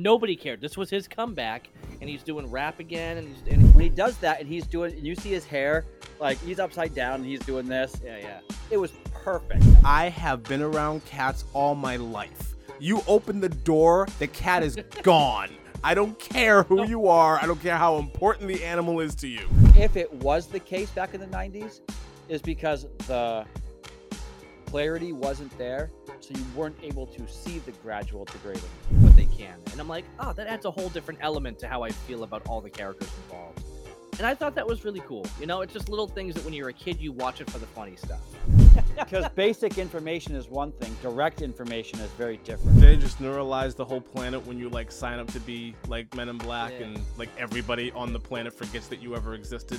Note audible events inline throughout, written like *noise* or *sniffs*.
Nobody cared. This was his comeback, and he's doing rap again. And, he's, When and he does that, and he's doing, and you see his hair, like he's upside down, and he's doing this. yeah, yeah. It was perfect. I have been around cats all my life. You open the door, the cat is gone. I don't care who you are. I don't care how important the animal is to you. If it was the case back in the '90s, is because the clarity wasn't there, so you weren't able to see the gradual degrading. But they can, and I'm like, oh, that adds a whole different element to how I feel about all the characters involved. And I thought that was really cool. You know, it's just little things that when you're a kid, you watch it for the funny stuff. *laughs* Because basic information is one thing, direct information is very different. They just neuralize the whole planet when you like sign up to be like Men in Black, Yeah. and like everybody on the planet forgets that you ever existed.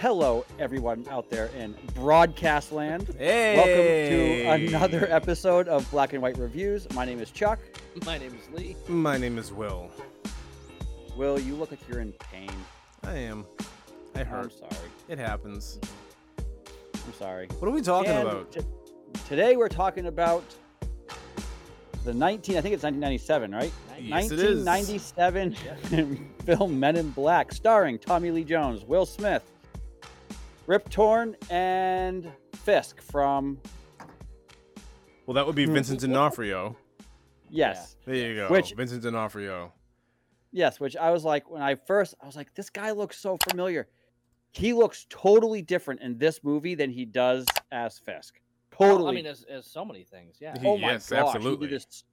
Hello, everyone out there in broadcast land. Hey, Welcome to another episode of Black and White Reviews. My name is Chuck. My name is Lee. My name is Will. Will, you look like you're in pain. I am. I I'm hurt. sorry. It happens. I'm sorry. What are we talking And about? t- today we're talking about the 19, I think it's 1997, right? Yes, it is. 1997 *laughs* film Men in Black, starring Tommy Lee Jones, Will Smith, Rip Torn, and Fisk from, Well, that would be Vincent D'Onofrio. yes, There you go. Which- Vincent D'Onofrio. Yes, which I was like when I first I was like, this guy looks so familiar. He looks totally different in this movie than he does as Fisk. Totally. I mean, there's, there's so many things. Yeah. He- oh my yes, gosh, he did absolutely. this-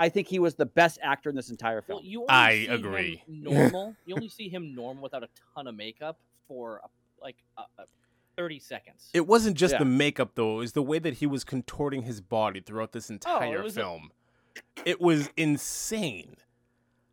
I think he was the best actor in this entire film. Well, you only I see him agree. *laughs* normal. you only see him normal without a ton of makeup for uh, like uh, uh, thirty seconds. It wasn't just Yeah. the makeup though; it was the way that he was contorting his body throughout this entire Oh, was a- film. It was insane.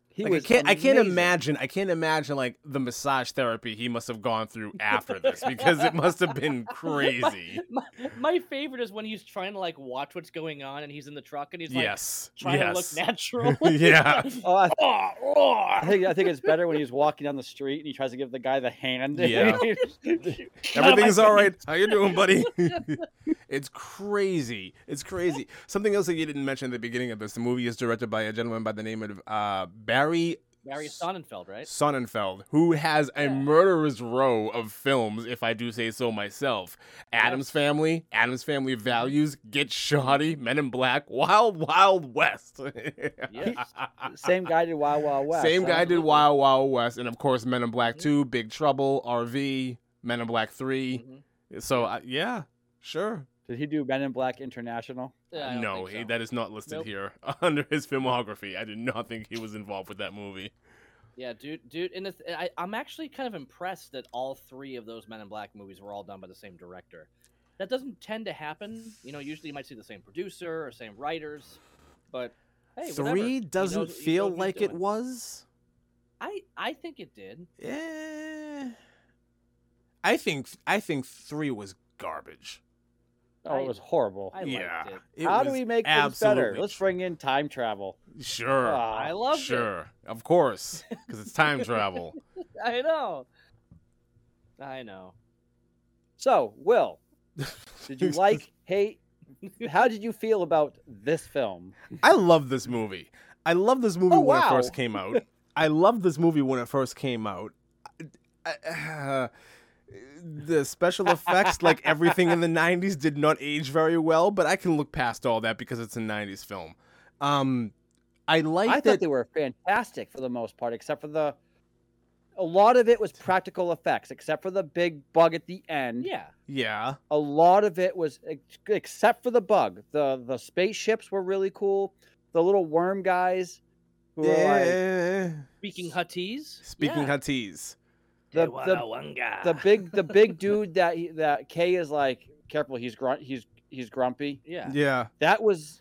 he Like, was I can't. I can't amazing. imagine. I can't imagine like the massage therapy he must have gone through after this because it must *laughs* have been crazy. *laughs* my, my favorite is when he's trying to like watch what's going on, and he's in the truck, and he's like yes. trying yes. *laughs* to look natural. *laughs* Yeah. Oh, *laughs* I, Oh, oh. I think I think it's better when he's walking down the street and he tries to give the guy the hand. *laughs* Yeah. Everything's all right. How you *laughs* doing, buddy? *laughs* it's crazy. It's crazy. Something else that you didn't mention at the beginning of this: the movie is directed by a gentleman by the name of uh, Barry Barry Sonnenfeld, right? Sonnenfeld, who has a Yeah. murderous row of films, if I do say so myself. Adam's Family, Adam's Family Values, Get Shoddy, Men in Black, Wild Wild West. *laughs* Yes. Same guy did Wild Wild West. Same guy did absolutely. Wild Wild West, and of course Men in Black Mhm. 2, Big Trouble, RV, Men in Black 3. Mhm. So I yeah, sure. Did he do Men in Black International? Yeah, I don't no, think he, so. that is not listed Nope. here *laughs* under his filmography. I do not think he was involved with that movie. Yeah, dude, dude, and it's, I, I'm actually kind of impressed that all three of those Men in Black movies were all done by the same director. That doesn't tend to happen. You know, usually you might see the same producer or same writers, but hey, whatever. He Three knows doesn't what- he knows feel what he's like it doing. was. I I think it did. Eh, I think I think three was garbage. Oh, I- it was horrible. I yeah, liked it. it How do was we make this better? absolutely Let's bring in time travel. Sure, Ah, I loved it. sure, of course, because it's time *laughs* travel. I know. I know. So, *laughs* Will, did you like, hate? How did you feel about this film? I love this movie. I love this movie Oh, when it wow. first came out. I loved this movie when it first came out. I, *sighs* uh, the special effects, like everything in the '90s, did not age very well. But I can look past all that because it's a '90s film. Um, I like I that thought they were fantastic for the most part, except for the. A lot of it was practical effects, except for the big bug at the end. Yeah. Yeah. A lot of it was, ex- except for the bug. the The spaceships were really cool. The little worm guys, who were like Eh, Speaking Huttese. Speaking yeah. Huttese. the- They the- wanna wanga. the big, the big dude that he, that Kay is like. Careful, he's grunt, he's he's grumpy. yeah. Yeah. that was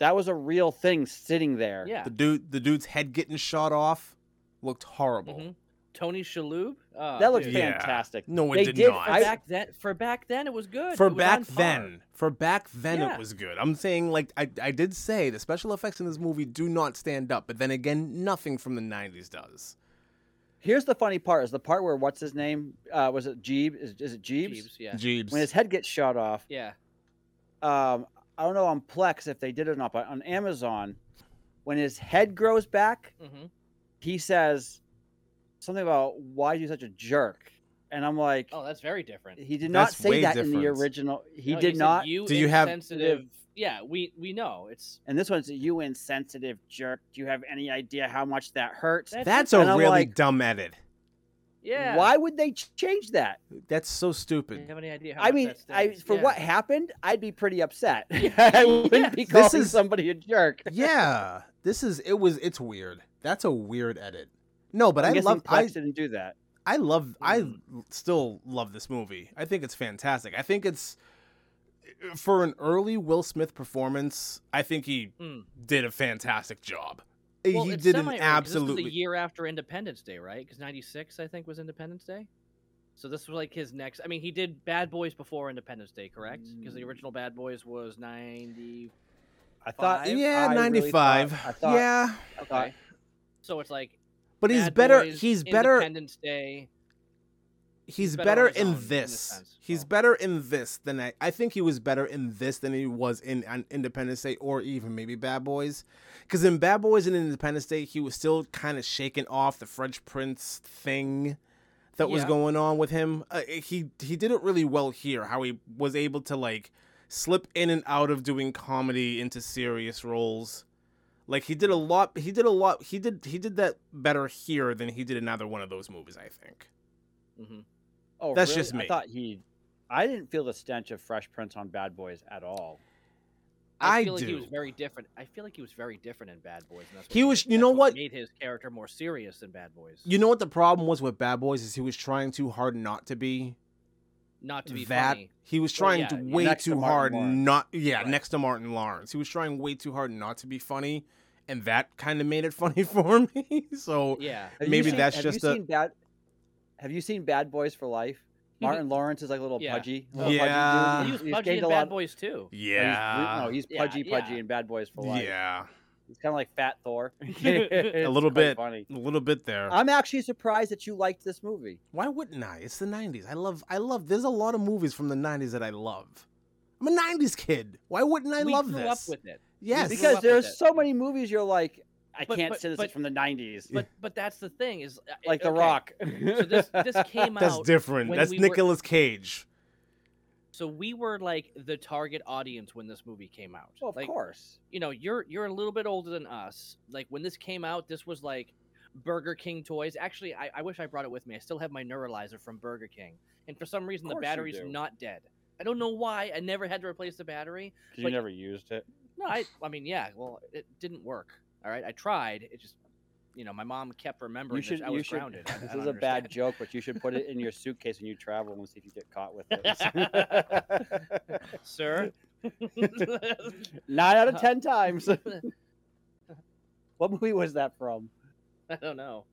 that was a real thing sitting there. Yeah. The dude the dude's head getting shot off looked horrible. Mhm. Tony Shalhoub. Oh, that looked dude. dude. Yeah. fantastic. No, it They did, did not. For I- back then, for back then, it was good. for It was back on par. then. For back then Yeah. it was good. I'm saying like I, I did say the special effects in this movie do not stand up, but then again, nothing from the nineties does. Here's the funny part: is the part where what's his name? Uh, was it Jeeb? Is, is it Jeebs? Jeeves, yeah. Jeeves. When his head gets shot off. Yeah. Um, I don't know on Plex if they did it or not, but on Amazon, When his head grows back, hmm he says something about why are you such a jerk? And I'm like, Oh, that's very different. he did not That's say way that in the different. original. He No, did said, not. You Do you have- insensitive? Yeah, we we know it's And this one's you insensitive jerk. Do you have any idea how much that hurts? That's- That's And a I'm really like- dumb edit. yeah. Why would they ch- change that? That's Do so you stupid. have any idea? How I much mean, that I stings? for Yeah. what happened, I'd be pretty upset. *laughs* Yeah. I wouldn't be Yes. calling This is- somebody a jerk. yeah, this is it was it's weird. That's a weird edit. No, but I guessing love Flex I didn't do that. I love Mm. I still love this movie. I think it's fantastic. I think it's for an early Will Smith performance, I think he Mm. did a fantastic job. Well, he it's did an semi-early, 'cause This absolutely was a year after Independence Day, right? Because '96, I think, was Independence Day. So this was like his next. I mean, he did Bad Boys before Independence Day, correct? Because the original Bad Boys was '90. I thought- I yeah, really ninety five. thought- I thought- yeah, I thought- Okay. So it's like. but he's Bad better. Boys, he's better. Independence Day. he's better on better his own, in in a this. sense. He's Oh. better in this than I. I think he was better in this than he was in, on Independence Day or even maybe Bad Boys, because in Bad Boys and Independence Day he was still kind of shaking off the French Prince thing that was Yeah. going on with him. Uh, he he did it really well here. How he was able to like slip in and out of doing comedy into serious roles. Like he did a lot. He did a lot. He did he did that better here than he did in either one of those movies. I think. hmm Oh, That's really? just me. I thought he. I didn't feel the stench of Fresh Prince on Bad Boys at all. I, I feel like he do. was very different. I feel like he was very different in Bad Boys. And that's what He was- Made, you that's know what? made his character more serious than Bad Boys. You know what the problem was with Bad Boys is he was trying too hard not to be not to be that. funny. He was Well, trying yeah, to yeah. way Next to too Martin hard Lawrence. not yeah, Right. next to Martin Lawrence. He was trying way too hard not to be funny and that kind of made it *laughs* funny for me. *laughs* so Yeah. Have you Maybe seen- that's have just you a- seen bad. Have you seen Bad Boys for Life? Martin Lawrence is like a little Yeah. pudgy. little pudgy dude. Yeah. He He's- was Uh, he's pudgy gained in a Bad lot- Boys *laughs* too. yeah. No, he's, re- Yeah, no, he's pudgy, yeah. pudgy in Bad Boys for Life. yeah. He's kind of like Fat Thor. A *laughs* A little bit Funny. a little bit there. I'm actually surprised that you liked this movie. Why wouldn't I? It's the 90s. I love I love there's a lot of movies from the 90s that I love. I'm a 90s kid. Why wouldn't I we love grew this? up with it. yes. grew Because up with there's it. so many movies you're like, I But- can't but- say this but- is from the 90s. But but that's the thing is uh, like The okay, Rock. So this *laughs* this came that's out. different. when That's we Nicolas were- Nicolas Cage. So we were like the target audience when this movie came out. Well, of like, course. you know, you're you're a little bit older than us. Like when this came out, this was like Burger King toys. Actually, I, I wish I brought it with me. I still have my Neuralizer from Burger King, and for some reason the course you battery's do. not dead. I don't know why. I never had to replace the battery. You like- never used it. No, I I mean yeah. Well, it didn't work. All right, I tried. It just you know my mom kept remembering You should. that I you was should. grounded. I- I *laughs* This don't is a bad understand. joke, but you should put it in your suitcase when you travel and see if you get caught with it. *laughs* *laughs* sir. Nine out Uh, of ten times. *laughs* what movie was that from? *laughs* I don't know.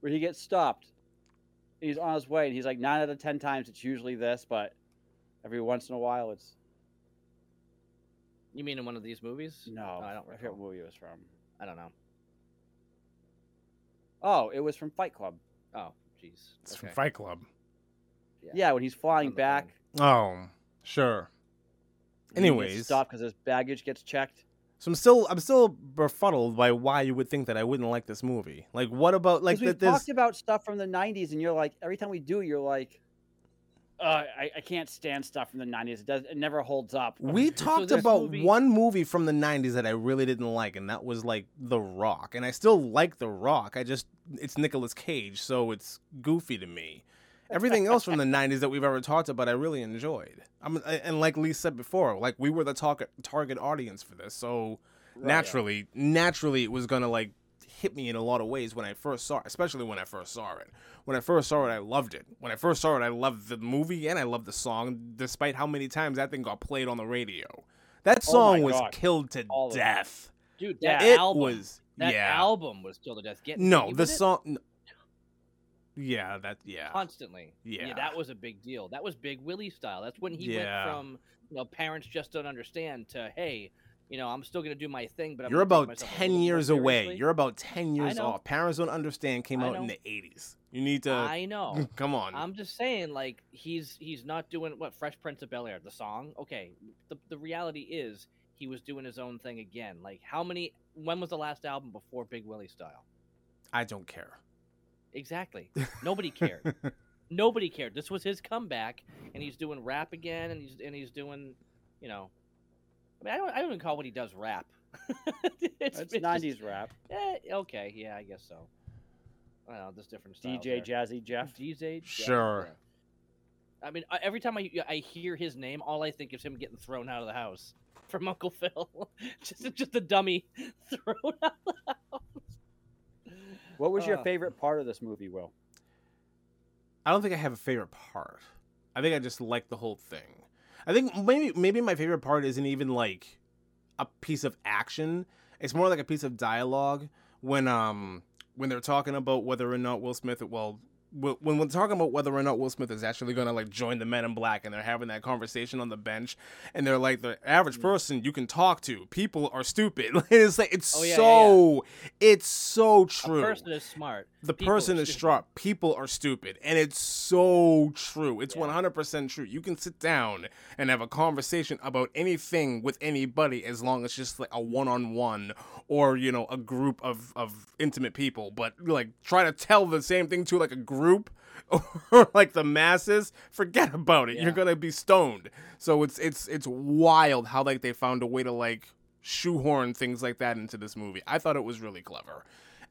Where he gets stopped. He's on his way, and he's like nine out of ten times. It's usually this, but every once in a while, it's You mean in one of these movies? Oh, no. I don't I forget recall. what movie it was from. I don't know. Oh, it was from Fight Club. Oh, jeez. It's Okay. from Fight Club. Yeah. Yeah, when he's flying On the back. plane. Oh, sure. and he gets Anyways. stopped because his baggage gets checked. So I'm still I'm still befuddled by why you would think that I wouldn't like this movie. Like what about like Because we've that this talked about stuff from the '90s, and you're like, every time we do, you're like, uh, I, I can't stand stuff from the '90s. It does. It never holds up. we talked this about movie- one movie from the 90s that I really didn't like and that was like The Rock. And I still like The Rock. I just it's Nicolas Cage, so it's goofy to me. Everything else *laughs* from the 90s that we've ever talked about I really enjoyed. I'm I- and like Lee said before, like we were the target target audience for this. So naturally, naturally it was gonna like hit me in a lot of ways when I first saw it, especially when I first saw it. When I first saw it, I loved it. When I first saw it, I loved the movie and I loved the song, despite how many times that thing got played on the radio. That Oh my song was God. killed to All of it. death. Dude, that it album was that yeah. album was till to death. Get no, the this song. n- Yeah, that yeah. constantly. Yeah. that was a big deal. That was Big Willie style. That's when he Yeah. went from you know parents just don't understand to hey, you know I'm still gonna do my thing, but I'm You're gonna take about myself a 10 little more years away. seriously." You're about 10 years know. off. Parents don't understand came I out in know. the 80s. You need to I know. *laughs* come on. I'm just saying, like he's he's not doing what Fresh Prince of Bel Air, the song. Okay, the the reality is he was doing his own thing again. Like how many? When was the last album before Big Willie Style? I don't care. Exactly. Nobody cared. Nobody cared. This was his comeback, and he's doing rap again, and he's and he's doing, you know, I mean, I don't, I don't even call what he does rap. *laughs* *laughs* It's, just- 90s *laughs* rap. eh, okay, yeah, I guess so. I don't know, there's different styles. DJ there. Jazzy Jeff. DJ. Jeff, Sure. yeah. I mean, I- every time I I hear his name, all I think is him getting thrown out of the house from *laughs* Uncle Phil. just just a dummy *laughs* thrown out of the house. What was your Uh, favorite part of this movie, Will? I don't think I have a favorite part. I think I just like the whole thing. I think maybe maybe my favorite part isn't even like a piece of action. It's more like a piece of dialogue when um when they're talking about whether or not Will Smith well wh- when we're talking about whether or not Will Smith is actually going to like join the Men in Black and they're having that conversation on the bench and they're like the average person you can talk to people are stupid *laughs* it's like it's Oh, yeah, yeah, so it's so true A person is smart. the People are person is stupid. sharp. People are stupid. And it's so true. It's Yeah. 100% true. You can sit down and have a conversation about anything with anybody as long as just like a one on one or, you know, a group of, of intimate people. But like try to tell the same thing to like a group *laughs* or like the masses, forget about it. Yeah. You're going to be stoned. So it's it's it's wild how like they found a way to like shoehorn things like that into this movie. I thought it was really clever.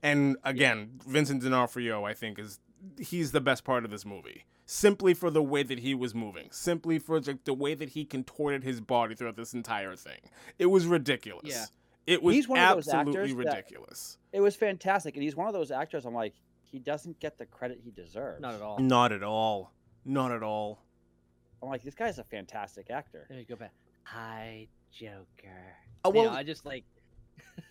And again, Vincent D'Onofrio, I think, is he's the best part of this movie. Simply for the way that he was moving, simply for the, the way that he contorted his body throughout this entire thing. It was ridiculous. Yeah. It was He's one of those absolutely actors that- ridiculous. It was fantastic, and he's one of those actors. I'm like, he doesn't get the credit he deserves. Not at all. Not at all. Not at all. I'm like, this guy's a fantastic actor. There you go back. Hi, Joker. Oh, You know, well, I just like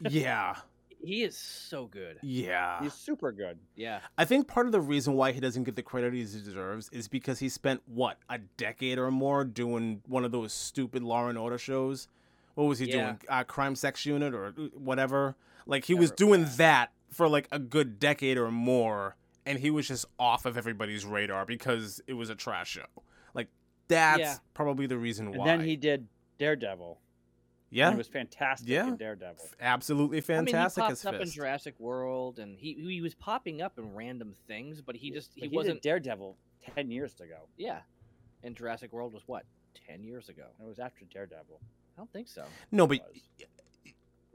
yeah. he is so good. Yeah. He's super good. Yeah. I think part of the reason why he doesn't get the credit he deserves is because he spent what a decade or more doing one of those stupid Law and Order shows. What was he Yeah. doing? Uh, Crime Sex Unit or uh, whatever. Like he was Never- doing yeah. that for like a good decade or more, and he was just off of everybody's radar because it was a trash show. Like that's Yeah. probably the reason why. And then he did Daredevil. and yeah, he was fantastic Yeah. in Daredevil. absolutely fantastic I mean, he as popped up in fist. Jurassic World, and he he was popping up in random things, but he just But he did wasn't. Daredevil ten years ago. Yeah. And Jurassic World was what ten years ago. It was after Daredevil. I don't think so. no, but was.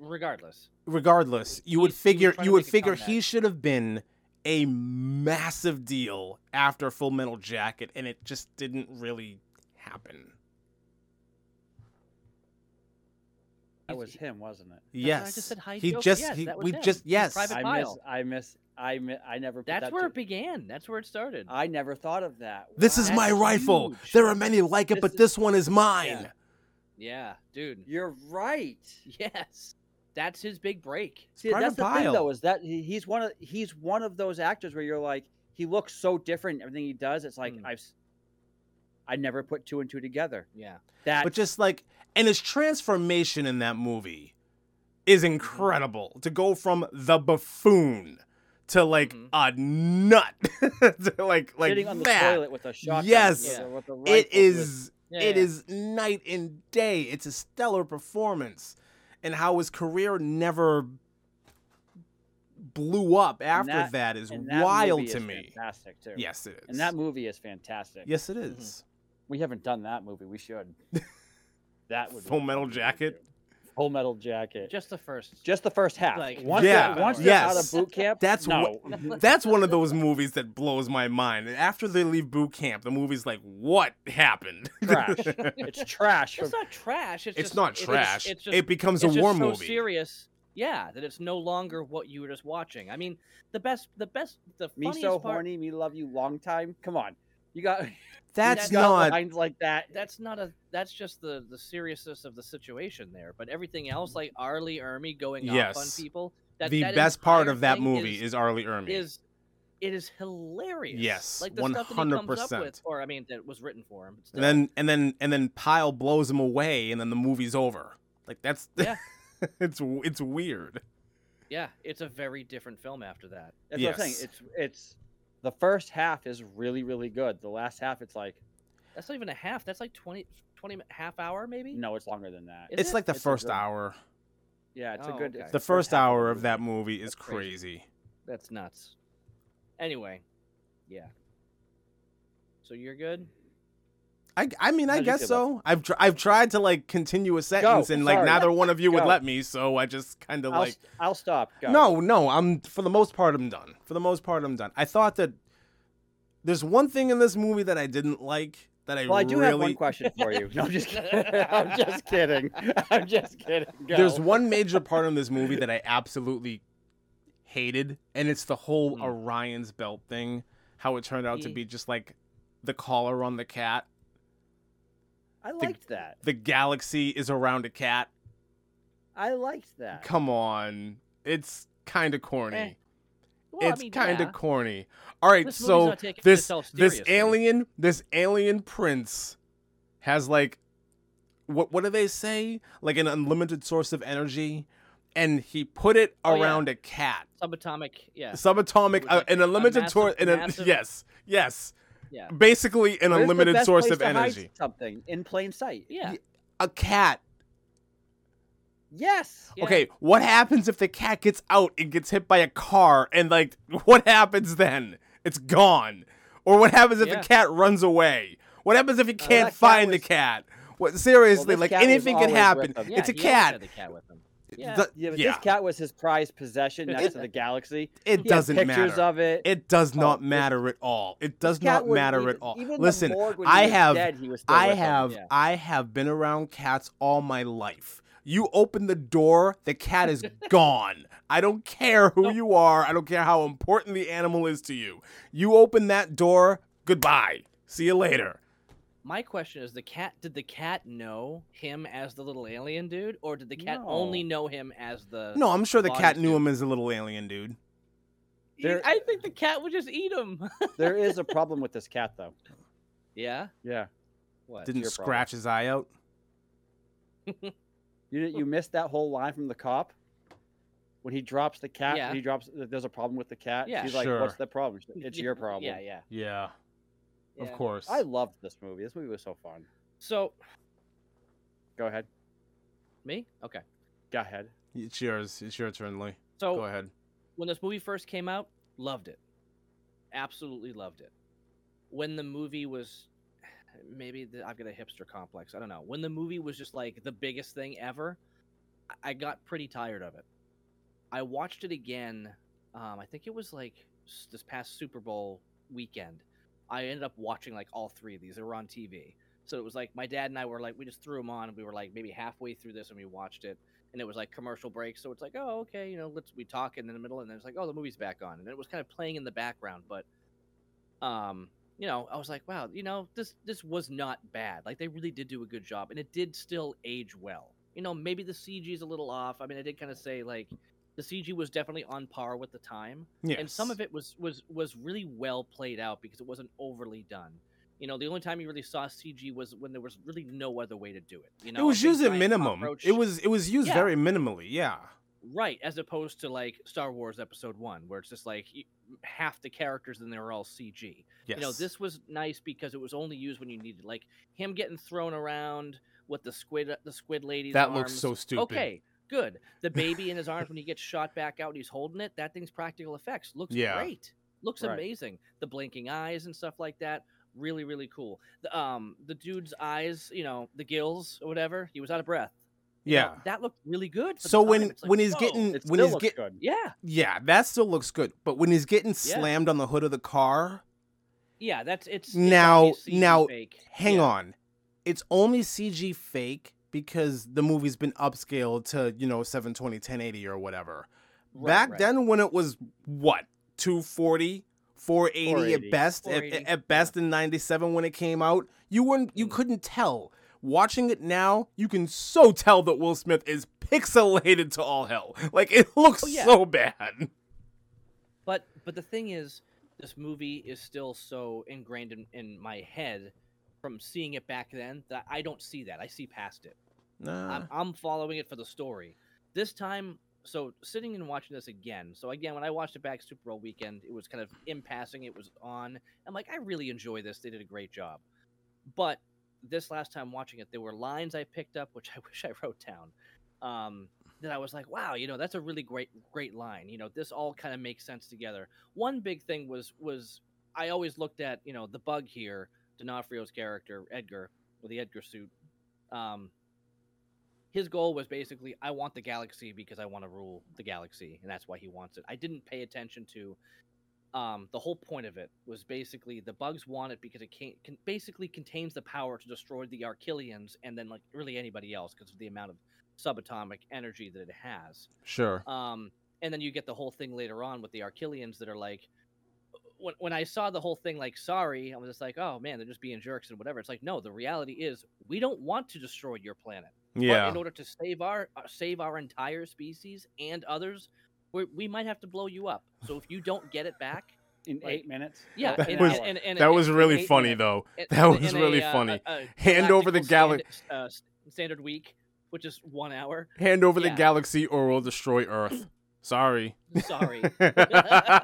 Regardless, regardless, you would He's- he was figure trying you to would make a figure he comeback. should have been a massive deal after Full Metal Jacket, and it just didn't really happen. That He's- was him, wasn't it? That's why yes, I just said hi, he Joker. just Yes, he, that was we him. just He's yes. private- I miss. Kyle. I miss. I mi I never. put that's that where to- it began. That's where it started. Uh, I never thought of that. This is That's my rifle. huge. There are many like it, This but is- this one is mine. Yeah. yeah, dude. You're right. Yes, that's his big break. See, Private that's the thing Pyle. though is that he- he's one of he's one of those actors where you're like he looks so different. Everything he does, it's like Mm. I've s- I never put two and two together. Yeah. That But just like, and his transformation in that movie is Mm-hmm. incredible. To go from the buffoon to like Mhm. a nut, *laughs* to like like sitting on the that. toilet with a shotgun. Yes. with a- Yeah. with a rifle, It with- is Yeah, It yeah. is night and day. It's a stellar performance, and how his career never blew up after that- that is and that wild movie to is me. Fantastic too. Yes, it is. And that movie is fantastic. yes, it is. We haven't done that movie. We *laughs* should. that would be Full a Metal fun movie to Jacket? do. Full Metal Jacket. Just Just the first. *laughs* just the first half. Like- once they're- Yeah, once they're out yes. of boot camp. That's no. That's one of those movies that blows my mind. And After they leave boot camp, the movie's like, "What happened?" *laughs* trash. *laughs* It's trash. It's not trash. It's, It's just- not it- it's- trash. It's, just, it becomes it's a just war so movie. serious. Yeah, that it's no longer what you were just watching. I mean, the best, the best, the me funniest so part. horny, me love you long time. Come on, you got *laughs* you That's That's got not. lines like that. That's not a. That's just the the seriousness of the situation there. But everything else, like Arlie Ermy going off on Yes. people. That, the that best part entire of that thing movie is, Arlie Ermy. is it is hilarious. Yes, like the stuff that he comes up 100%. with, or I mean, that was written for him. but still. and then and then and then Pyle blows him away, and then the movie's over. Like that's *laughs* Yeah. it's it's weird. yeah, it's a very different film after that. That's what I'm Yes. saying. It's it's the first half is really really good. The last half, it's like That's not even a half. That's like 20, twenty mi- half hour maybe. No, it's longer than that. Is It's it? like the It's a first good- hour. Yeah, it's a Oh, good. okay. it's The good first half hour movie. of that movie is That's crazy. crazy. that's nuts. Anyway, yeah. So you're good. I, I mean, I How'd you guess feel so. I've tr- I've tried to like continue a sentence and like Sorry. neither one of you would Go. let me, so I just kind of I'll, like s- I'll stop. Go. No, no, I'm for the most part I'm done. For the most part I'm done. I thought that there's one thing in this movie that I didn't like that I Well, I do really have one question for you. No, I'm *laughs* just kidding. *laughs* I'm just kidding. *laughs* I'm just kidding. Go. There's one major part in this movie that I absolutely hated, and it's the whole Hmm. Orion's belt thing. How it turned out to Ye- be just like the collar on the cat. I liked that. The galaxy is around a cat. I liked that. Come on. It's kind of corny. Eh, Well, I it's mean, kind of yeah. corny. All right, This movie's so not taking this itself this seriously. alien this alien prince has like what what do they say? Like an unlimited source of energy, and he put it Oh, yeah. around a cat. subatomic. Yeah, Subatomic, It was uh, like an a unlimited massive- source. An, un- massive- yes, yes, yeah. basically an Where's the unlimited best source place of to hide energy. Something in plain sight. Yeah. A cat. Yes. yeah. Okay, what happens if the cat gets out and gets hit by a car? And like, *laughs* what happens then? It's gone. Or what happens if Yeah. the cat runs away? What happens if you Uh, that can't cat find the was- cat? What seriously? this like cat was anything can always happen. with him. it's a he always cat. had the cat with him. It Yeah. do- Yeah, but yeah, this cat was his prized possession next to the galaxy. it He had doesn't pictures matter. of it. It does Oh, not this- matter at all. It This does cat not wouldn't matter even- at all. Even the Listen, morgue when he I was have- dead, he was still I with him. have yeah. I have been around cats all my life. You open the door, the cat is gone. I don't care who you are. I don't care how important the animal is to you. You open that door, goodbye. See you later. My question is: the cat? Did the cat know him as the little alien dude, or did the cat No. only know him as the? No, I'm sure the Bodies cat knew do. him as a little alien dude. There- I think the cat would just eat *laughs* him. There is a problem with this cat, though. yeah. Yeah, What? Didn't your problem. scratch his eye out. you you missed that whole line from the cop when he drops the cat. Yeah. He drops. There's a problem with the cat. Yeah. She's like, "What's Sure. the problem? She's like, It's your problem." Yeah, yeah, Yeah, yeah. course. I loved this movie. This movie was so fun. So Go ahead. me? Okay. Go ahead. It's yours. It's your turn, Lee. So Go ahead. when this movie first came out, loved it. Absolutely loved it. When the movie was maybe the, I've got a hipster complex, I don't know. When the movie was just like the biggest thing ever, I- I got pretty tired of it. I watched it again. Um, I think it was like s- this past Super Bowl weekend. I ended up watching like all three of these. They were on TV. So it was like my dad and I were like, we just threw them on and we were like maybe halfway through this and we watched it and it was like commercial break. So it's like, oh, okay, you know, let's we talk in the middle, and then it's like, oh, the movie's back on, and it was kind of playing in the background. But, um, you know, I was like, wow, you know, this this was not bad. Like they really did do a good job, and it did still age well. You know, maybe the CG is a little off. I mean, I did kind of say like the CG was definitely on par with the time, Yes. and some of it was was was really well played out because it wasn't overly done. You know, the only time you really saw CG was when there was really no other way to do it. You know, it was a big used at giant minimum. cockroach- It was it was used Yeah. very minimally. Yeah. Right, as opposed to like Star Wars Episode One, where it's just like y- half the characters and they're all CG. Yes. You know, this was nice because it was only used when you needed, like him getting thrown around with the squid, uh, the squid lady's. that arms. looks so stupid. Okay, good. The baby in his arms when he gets shot back out and he's holding it. That thing's practical effects. Looks Yeah. great. Looks Right. amazing. The blinking eyes and stuff like that. Really, really cool. The, um, the dude's eyes, you know, the gills or whatever. He was out of breath. you know, Yeah. that looked really good. for the So time. when It's like, when he's whoa. getting It when still he's looks get, good. Yeah, yeah, that still looks good. But when he's getting slammed on the hood of the car, yeah, that's it's it's Now- obviously now, fake. hang Yeah, on, it's only CG fake because the movie's been upscaled to you know 720, 1080 or whatever. right, Back right. then, when it was what 240. 480, 480. at best at- 480, at, best in 97 when it came out you weren't you Mm. couldn't tell watching it now you can so tell that will smith is pixelated to all hell like it looks Oh, yeah. so bad but but the thing is, this movie is still so ingrained in, in my head from seeing it back then that I don't see that. I see past it. Nah. I'm, I'm following it for the story. This time, so sitting and watching this again. So again, when I watched it back Super Bowl weekend, it was kind of in passing. It was on. I'm like, I really enjoy this. They did a great job. But this last time watching it, there were lines I picked up, which *laughs* I wish I wrote down. Um, that I was like, wow, you know, that's a really great, great line. You know, this all kind of makes sense together. One big thing was was I always looked at, you know, the bug here, D'Onofrio's character Edgar with the Edgar suit. Um, his goal was basically, I want the galaxy because I want to rule the galaxy, and that's why he wants it. I didn't pay attention to um, the whole point of it was basically the bugs want it because it can, can basically contains the power to destroy the Archilians and then like really anybody else because of the amount of subatomic energy that it has. Sure. Um, and then you get the whole thing later on with the Archilians that are like, when, when I saw the whole thing, like, sorry, I was just like, oh man, they're just being jerks and whatever. It's like, no, the reality is we don't want to destroy your planet. But yeah. in order to save our uh, save our entire species and others, we we might have to blow you up. So if you don't get it back, in Like- eight minutes. yeah, Half That an in- was- hour. in- in- that in- was in really eight funny minutes. *laughs* though. It- That in was really uh, funny. a- a Hand over the galactical galaxy. standard, uh, s- standard week, which is one hour. Hand over the yeah. galaxy, or we'll destroy Earth. *laughs* Sorry. Sorry,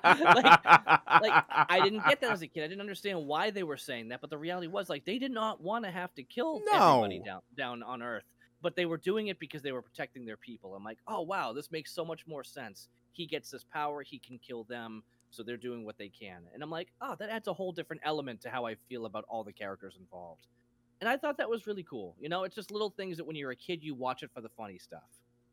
like *laughs* I didn't get that as a kid. I didn't understand why they were saying that, but the reality was like they did not want to have to kill everybody No. down down on Earth, but they were doing it because they were protecting their people. I'm like, oh wow, this makes so much more sense. He gets this power, he can kill them, so they're doing what they can. And I'm like, oh, that adds a whole different element to how I feel about all the characters involved. And I thought that was really cool. You know, it's just little things that when you're a kid, you watch it for the funny stuff.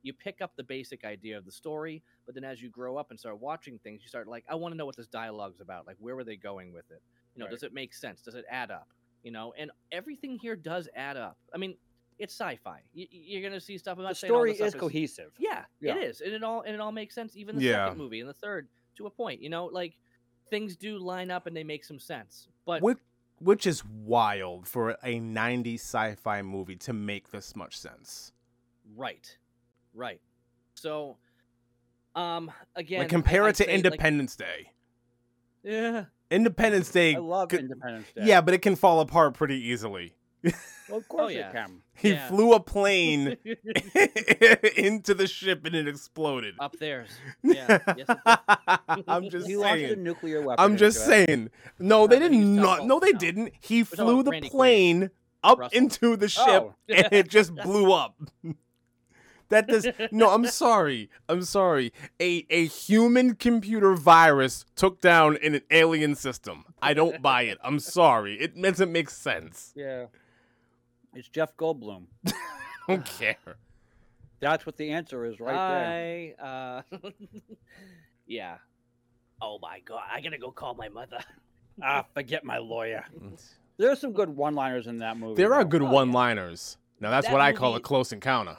You pick up the basic idea of the story, but then as you grow up and start watching things, you start like, I want to know what this dialogue's about. Like, where were they going with it? You know, Right. does it make sense? Does it add up? You know, and everything here does add up. I mean, it's sci-fi. You, you're gonna see stuff. I'm The not saying all story this stuff is cohesive. yeah, Yeah. it is, and it all and it all makes sense. Even the Yeah. second movie and the third, to a point. You know, like things do line up and they make some sense. But which, which is wild for a 90s sci-fi movie to make this much sense. right, right. So, um, again, like compare I- I'd it to say, like- Independence Day. yeah, Independence Day. I love could- Independence Day. yeah. but it can fall apart pretty easily. well, of course oh yeah. it can. He Yeah. flew a plane *laughs* into the ship and it exploded. *laughs* up *laughs* theirs. Uh, Yeah, yes, it did. I'm just He launched a saying. nuclear weapon. I'm just into it. saying. No, they they did used not. Tom No, they Bolton, no. didn't. He talking flew about the Randy Quaid. plane up Russell. into the *laughs* ship Oh, and it just blew up. that does *laughs* no. I'm sorry. I'm sorry. A a human computer virus took down an alien system. I don't buy it. I'm sorry. It doesn't make sense. yeah. It's Jeff Goldblum. I *laughs* don't care. That's what the answer is right I, there. Uh, *laughs* yeah. Oh my god! I gotta go call my mother. Ah, forget my lawyer. There are some good one-liners in that movie. There are though. good Oh, yeah. one-liners. Now that's That what I call a movie- close encounter.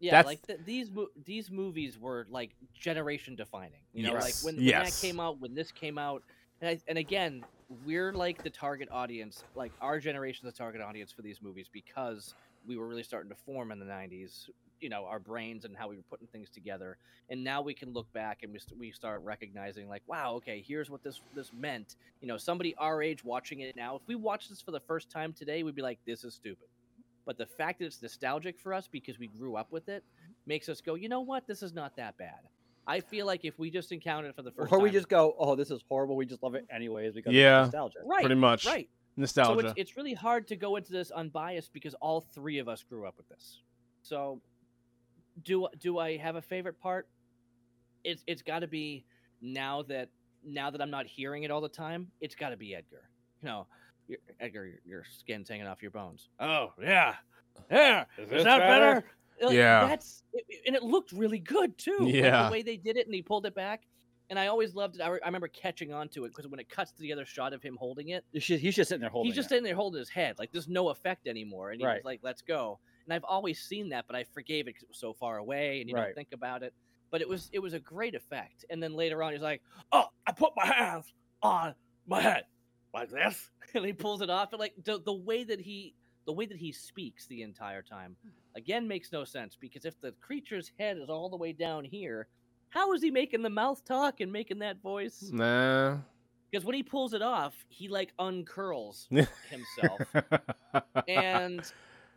Yeah, That's- like th- these mo- these movies were like generation defining. You know, Yes. like when, when Yes. that came out, when this came out, and I, and again, we're like the target audience, like our generation's the target audience for these movies because we were really starting to form in the '90s. You know, our brains and how we were putting things together, and now we can look back and we, st- we start recognizing, like, wow, okay, here's what this this meant. You know, somebody our age watching it now, if we watched this for the first time today, we'd be like, this is stupid. But the fact that it's nostalgic for us because we grew up with it makes us go, you know what, this is not that bad. I feel like if we just encountered it for the first Or time, we just go, oh, this is horrible. We just love it anyways because Yeah. it's nostalgia. right, Pretty much. right. Nostalgia. So it's, it's really hard to go into this unbiased because all three of us grew up with this. So do do I have a favorite part? It's it's got to be now that now that I'm not hearing it all the time. It's got to be Edgar. You know, your, Edgar, your, your skin's hanging off your bones. Oh yeah, yeah. Is, this that better? better? Like, Yeah. That's it- it- and it looked really good too. Like, Yeah. the way they did it, and he pulled it back. And I always loved it. I, re- I remember catching on to it because when it cuts to the other shot of him holding it, He's just, he's just sitting there holding. he's just it. sitting there holding his head like there's no effect anymore and he Right. was like let's go and i've always seen that but i forgave it because it was so far away and you Right. don't think about it but it was it was a great effect and then later on he's like oh i put my hands on my head like this *laughs* and he pulls it off and like the, the way that he the way that he speaks the entire time again makes no sense because if the creature's head is all the way down here how is he making the mouth talk and making that Hmm. voice nah. *laughs* because when he pulls it off he like *laughs* uncurls himself *laughs* and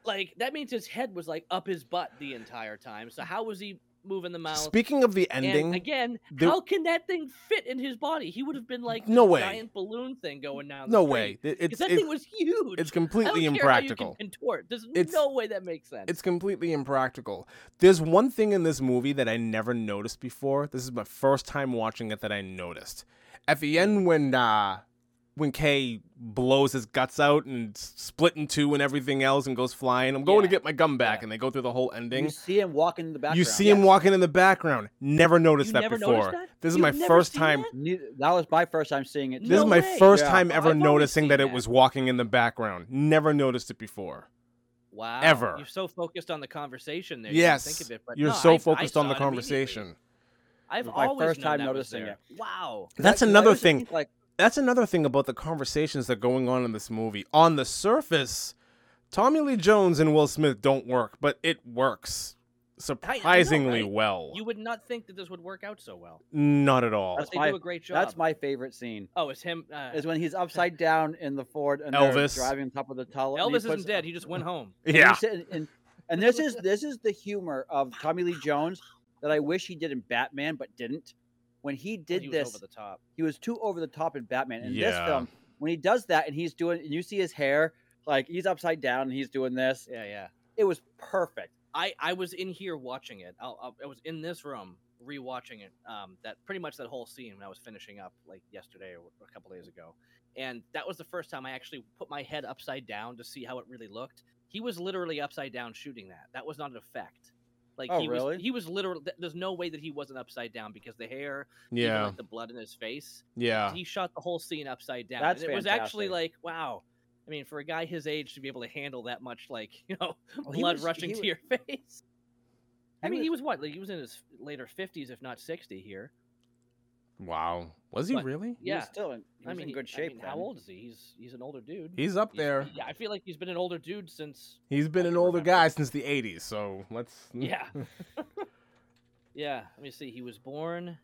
like that means his head was like up his butt the entire time. So how was he move in the mouth. Speaking of the And ending, again, there- how can that thing fit in his body? He would have been like No this way. giant balloon thing going down. the no street. way. It- 'Cause It's that it- thing was huge. I don't it's completely care how you can impractical. contort. There's It's- no way that makes sense. It's completely impractical. There's one thing in this movie that I never noticed before. This is my first time watching it that I noticed. At the Mm. end, when uh, when Kay blows his guts out and s- split in two and everything else and goes flying, I'm going to Yeah. get my gum back, Yeah. and they go through the whole You ending. see him walking in the background. You see him walking in the background. Never noticed You that never before. noticed that? This is You've my never first seen time. that? Ne- That was my first time seeing it. This is No too. my way. first Yeah. time Oh, ever I've always noticing seen that it that. was walking in the background. Never noticed it before. Wow. ever. You're so focused on the conversation there. yes, You didn't think of it, but you're no, I- so I focused on saw the it immediately. conversation. I've It was my always first known time that was noticing there. Wow. That's Like, I another always thing. think, Like That's another thing about the conversations that are going on in this movie. On the surface, Tommy Lee Jones and Will Smith don't work, but it I- works I know, surprisingly right? well. You would not think that this would work out so well. Not at all. But That's they my- do a great job. that's my favorite scene Oh, it's him. Uh, is when *laughs* he's upside down in the Ford and they're Elvis. driving on top of the tunnel. and he Elvis puts- isn't dead. He just went home. and he's yeah. sitting- and, and this is this is the humor of Tommy Lee Jones that I wish he did in Batman, but didn't. When he Well, did he was this, over the top? he was too over the top in Batman. In this Yeah. film, when he does that and he's doing, and you see his hair, like he's upside down and he's doing this. Yeah, yeah. It was perfect. I I was in here watching it. I, I, I was in this room rewatching it. Um, that pretty much that whole scene when I was finishing up like yesterday or a couple days ago, and that was the first time I actually put my head upside down to see how it really looked. He was literally upside down shooting that. That was not an effect. Like Oh, he really? was he was literally. th- There's no way that he wasn't upside down because the hair, even, Yeah. like the blood in his face. Yeah. he shot the whole scene upside down. That's and it was actually fantastic. like, wow. I mean, for a guy his age to be able to handle that much, like *laughs* you know, he blood was- rushing he to was- your *laughs* face. I he mean, was- he was what? Like, he was in his later fifties, if not sixty. Here, Wow. Was he But- really? He yeah. was still in, he I was mean, in good he- I shape. mean, how then. old is he? He's he's an older dude. He's up He's- there. Yeah, I feel like he's been an older dude since. He's been I an can older remember. guy since the 80s, so let's. Yeah. *laughs* yeah. Let me see. He was born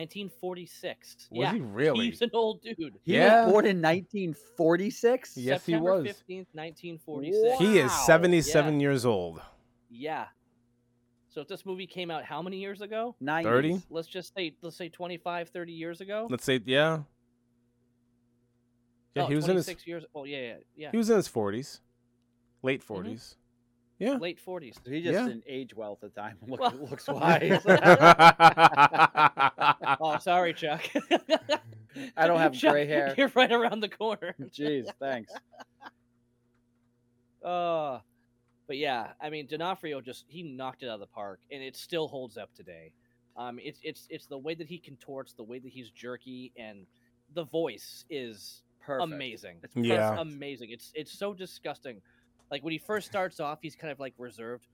1946. Was yeah, he really? he's an old dude. He Yeah. was born in 1946. Yeah. Yes, he September was. 15th, 1946. He is Wow. 77 years old. Yeah. So if this movie came out how many years ago? 30? Let's just say let's say 25, 30 years ago. Let's say, yeah. Yeah, No, he was in his 26 years. Oh yeah, yeah, Mm-hmm. he was in his 40s, late 40s. yeah. Late 40s. So he just Yeah. didn't age well at the time. *laughs* Look, Well- *laughs* looks wise. Oh, sorry, Chuck. *laughs* I don't have Chuck, *laughs* gray hair. You're right around the corner. Jeez, thanks. Uh but yeah, I mean D'Onofrio just he knocked it out of the park, and it still holds up today. Um, it's it's it's the way that he contorts, the way that he's jerky, and the voice is Perfect. amazing. It's perfect. Yeah. amazing. It's it's so disgusting. Like when he first starts off, he's kind of like reserved.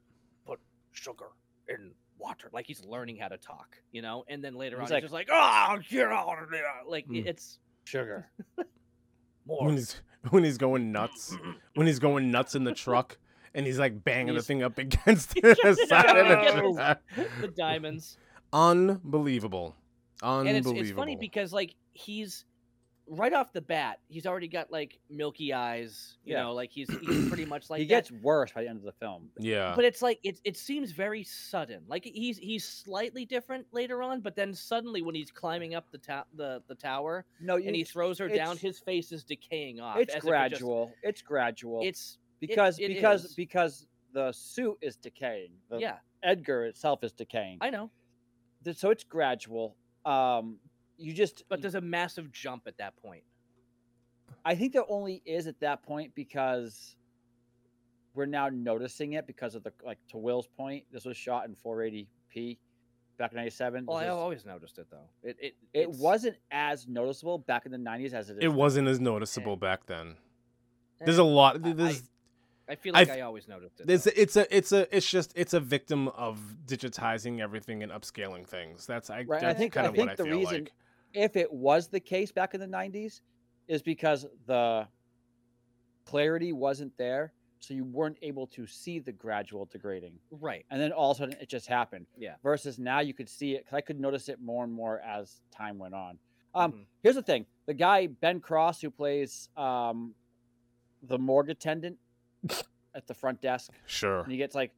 Put sugar in water, like he's learning how to talk, you know. And then later He's on, like- he's just like, "Oh, get out of there!" Like Mm. it's Sugar. more. *laughs* *laughs* when he's when he's going nuts, when he's going nuts in the truck, and he's like banging the He's- thing up *laughs* against *laughs* He's the just- side of the Yes. truck. the *laughs* diamonds. Unbelievable, and unbelievable. it's, it's funny because like he's right off the bat he's already got like milky eyes you Yeah. know like *clears throat* he's, he's pretty much like he that. gets worse by the end of the film. yeah, but it's like it, it seems very sudden like he's he's slightly different later on but then suddenly when he's climbing up the ta- the, the tower No, you, and he throws her down it's- his face is decaying off it's as if it just- gradual. It's gradual. it's because it because is. because the suit is decaying. The yeah Edgar itself is decaying. i know Th- so it's gradual. Um, you just Mm. but there's a massive jump at that point I think there only is at that point because we're now noticing it because of the like to Will's point. This was shot in 480p back in '97. well This i've is- always noticed it though it it, it it's- wasn't as noticeable back in the '90s as it is. it now. wasn't as noticeable back then. There's eh, a lot. I- There's, i feel I like f- i always noticed it there's, though. it's a, it's a, it's just, it's a victim of digitizing everything and upscaling things. That's I, Right, I that's think- kind I of think what the I feel reason- like. If it was the case back in the '90s, is because the clarity wasn't there, so you weren't able to see the gradual degrading. right and then all of a sudden it just happened. Yeah. Versus now you could see it 'cause I could notice it more and more as time went on. Um, Mhm. Here's the thing: the guy Ben Cross who plays *laughs* um, the morgue attendant at the front desk, Sure. and he gets like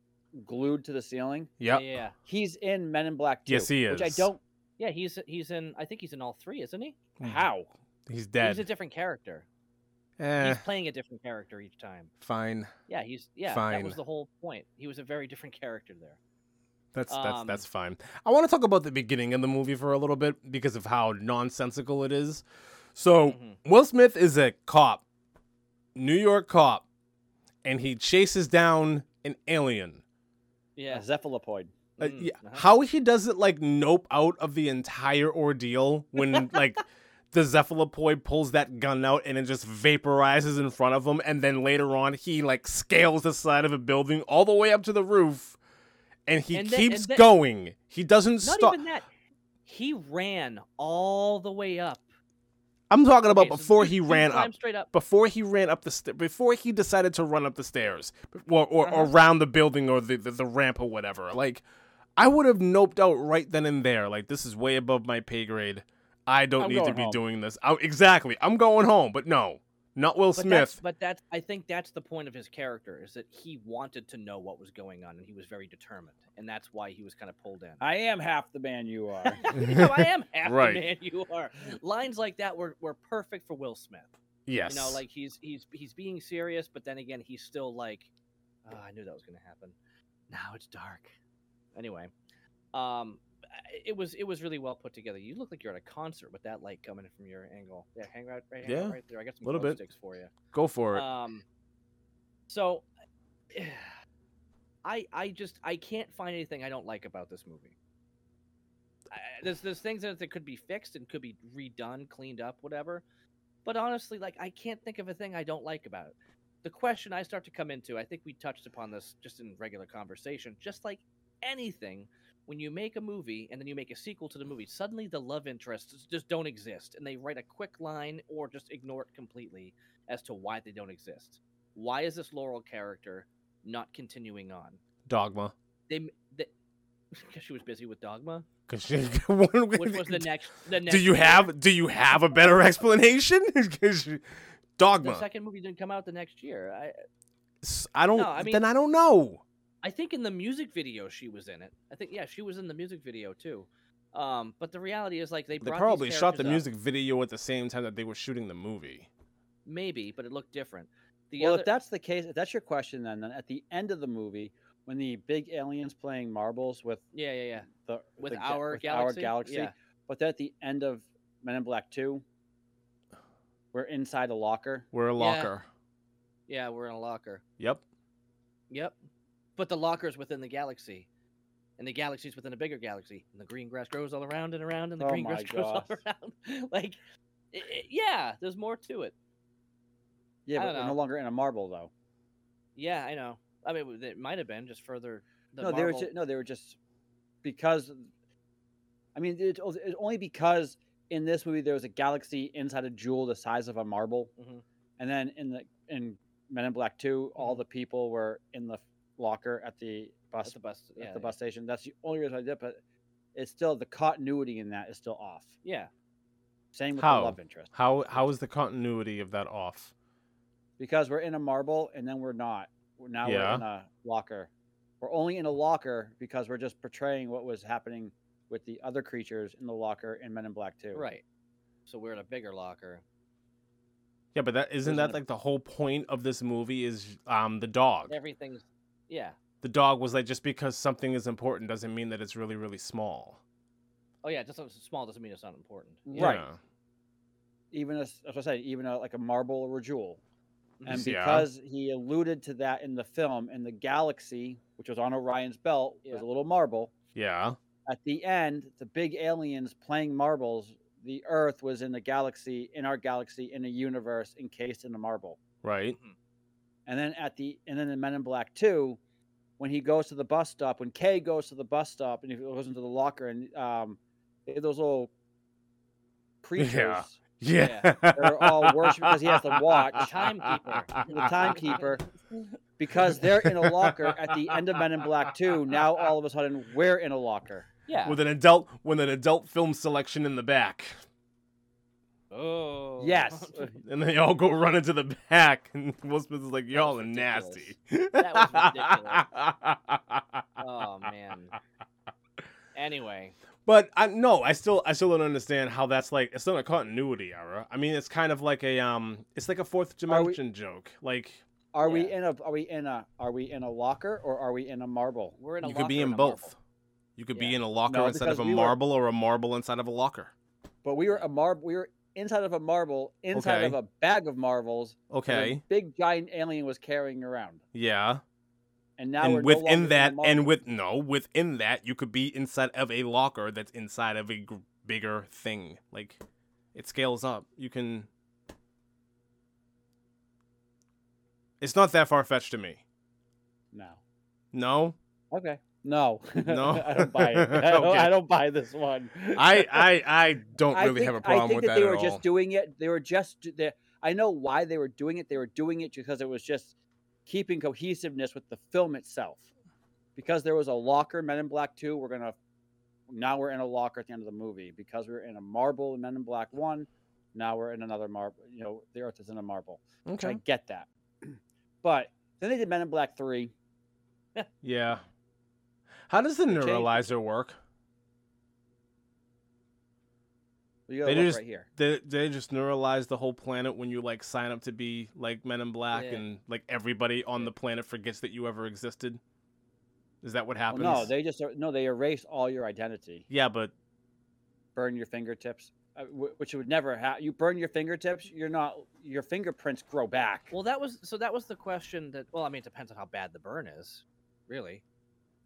glued to the ceiling. Yeah, Yep. yeah, He's in Men in Black 2. Yes, he Which I is. don't. yeah. He's he's in. I think he's in all three, isn't he? How? He's He's a dead. different character. Eh, He's playing a different character each time. fine. Yeah, he's yeah. That Fine. was the whole point. He was a very different character there. That's that's Um, that's fine. I want to talk about the beginning of the movie for a little bit because of how nonsensical it is. So Mhm. Will Smith is a cop, New York cop, and he chases down an alien. Yeah. A Cephalopoid. Uh, mm, yeah, uh-huh. How he doesn't like nope out of the entire ordeal *laughs* when like the cephalopoid pulls that gun out and it just vaporizes in front of him, and then later on he like scales the side of a building all the way up to the roof, and he And then- keeps and then- going. He doesn't Not stop. even that. He ran all the way up. I'm talking about Okay, so before he- he ran climbed up. straight up. Before he ran up the sta- before he decided to run up the stairs or or, or Uh-huh. around the building or the, the, the ramp or whatever. Like I would have noped out right then and there. Like this is way above my pay grade. I don't I'm need to going be home. doing this. I, exactly. I'm going home, but no. Not Will But that's, Smith. but that's I think that's the point of his character is that he wanted to know what was going on and he was very determined and that's why he was kind of pulled in. I am half *laughs* the man you are. *laughs* You know, I *laughs* am half Right. the man you are. Lines like that were, were perfect for Will Smith. Yes. You know, like he's he's he's being serious, but then again, he's still like, oh, I knew that was gonna happen. Now it's dark. Anyway, um, I- it was it was really well put together. You look like you're at a concert with that light coming in from your angle. Yeah, hang right, right, hang out Yeah, right there. I got some little glow bit. sticks for you. go for it. Um, so, *sighs* I I just I can't find anything I don't like about this movie. I, I- there's there's things that that could be fixed and could be redone, cleaned up, whatever. But honestly, like I can't think of a thing I don't like about it. The question I start to come into, I think we touched upon this just in regular conversation, just like anything. When you make a movie and then you make a sequel to the movie, suddenly the love interests just don't exist, and they write a quick line or just ignore it completely as to why they don't exist. Why is this Laurel character not continuing on? Dogma. *laughs* They, m- they *laughs* because she was busy with Dogma, *laughs* 'Cause you- one which was *laughs* the next. The next do you movie. have do you have a better *laughs* explanation? 'Cause the you- Dogma. second movie didn't come out the next year? I S- I don't. No, I mean- then I don't know. I think in the music video she was in it. I think yeah, she was in the music video too. Um, but the reality is like they, They brought these probably shot the characters up, music video at the same time that they were shooting the movie. maybe, but it looked different. The well, other, if that's the case, if that's your question, then, then at the end of the movie, when the big alien's playing marbles with yeah, yeah, yeah, the with the ga- our with galaxy, our galaxy, yeah, but then at the end of Men in Black Two, we're inside a locker. We're a Yeah. locker. yeah, we're in a locker. Yep. Yep. But the locker's within the galaxy. And the galaxy's within a bigger galaxy. And the green grass grows all around and around, and the Oh green my grass *laughs* grows all gosh. around. *laughs* like, i i yeah, there's more to it. I Yeah, but don't we're know. no longer in a marble though. Yeah, I know. I mean, w- it might have been just further. The no, they were marble- just, no, they were just because. I mean, it's o- it's only because in this movie there was a galaxy inside a jewel the size of a marble, Mhm. and then in the in Men in Black 2 all the people were in the locker at the Mm-hmm. bus at the bus. Yeah, at the bus station. That's the only reason I did, but it's still the continuity in that is still off. Yeah. Same with How? the love interest How how is the continuity of that off? because we're in a marble and then we're not. We're- Now we're in a locker. We're only in a locker because we're just portraying what was happening with the other creatures in the locker in Men in Black Two. Right. So we're in a bigger locker. Yeah, but that isn't Isn't that it- like the whole point of this movie is um the dog. Everything's. Yeah. The dog was like just because something is important doesn't mean that it's really really small. Oh, yeah. Just something small doesn't mean it's not important. Yeah. Right. Yeah. Even as, as I said, even a, like a marble or a jewel. Mm-hmm. And Yeah. because he alluded to that in the film, in the galaxy, which was on Orion's belt, Yeah. was a little marble. Yeah. at the end, the big aliens playing marbles, the Earth was in the galaxy, in our galaxy, in a universe encased in a marble. Mm-hmm. Right. *laughs* And then at the and then in Men in Black Two, when he goes to the bus stop, when Kay goes to the bus stop and he goes into the locker and um, they have those little creatures, *laughs* Yeah. They're all worship- 'cause he has the watch. Timekeeper. the timekeeper, because they're in a locker at the end of Men in Black *laughs* Two. Now all of a sudden we're in a locker. *laughs* Yeah. With an adult with an adult film selection in the back. oh *laughs* Yes. And they all go run into the back, and Will Smith is like, "Y'all are ridiculous. nasty." That was oh *laughs* man. Anyway, *laughs* But I no, I still I still don't understand how that's like. It's not a continuity error. I mean, it's kind of like a um, it's like a fourth Are we- dimension joke. Like Are we Yeah. in a are we in a are we in a locker or are we in a marble? we're in a you could be locker in and a marble. both. You could be Yeah. in a locker No, inside of because a we were- marble, or a marble inside of a locker. But we were a marble. We were inside of a marble, inside of Okay. a bag of marbles. that Okay. A big giant alien was carrying around, Yeah. and now we're and no within longer in a that, marble. and with no, within that, you could be inside of a locker that's inside of a gr- bigger thing. Like it scales up. You can. It's not that far fetched to me. no. No, Okay. No. *laughs* No? I don't *laughs* buy it. I don't, Okay. I don't buy this one. *laughs* I I I don't I really think, have a I problem think with that, that, they at were all. just doing it. They were just do- they, I know why they were doing it. They were doing it because it was just keeping cohesiveness with the film itself. Because there was a locker, Men in Black Two. We're gonna now we're in a locker at the end of the movie because we were in a marble in Men in Black One. Now we're in another marble. You know, the Earth is in a marble. Which I okay. get that, *clears throat* but then they did Men in Black Three. Yeah. How does the change- neuralizer work? You gotta They look just- right here. They they just neuralize the whole planet when you like sign up to be like Men in Black, Yeah. and like everybody on Yeah. the planet forgets that you ever existed. Is that what happens? Well, no, they just er- no, they erase all your identity. Yeah, but burn your fingertips, uh, wh- which would never happen. You burn your fingertips, you're not. Your fingerprints grow back. Well, that was so. That was the question that. Well, I mean, it depends on how bad the burn is, really.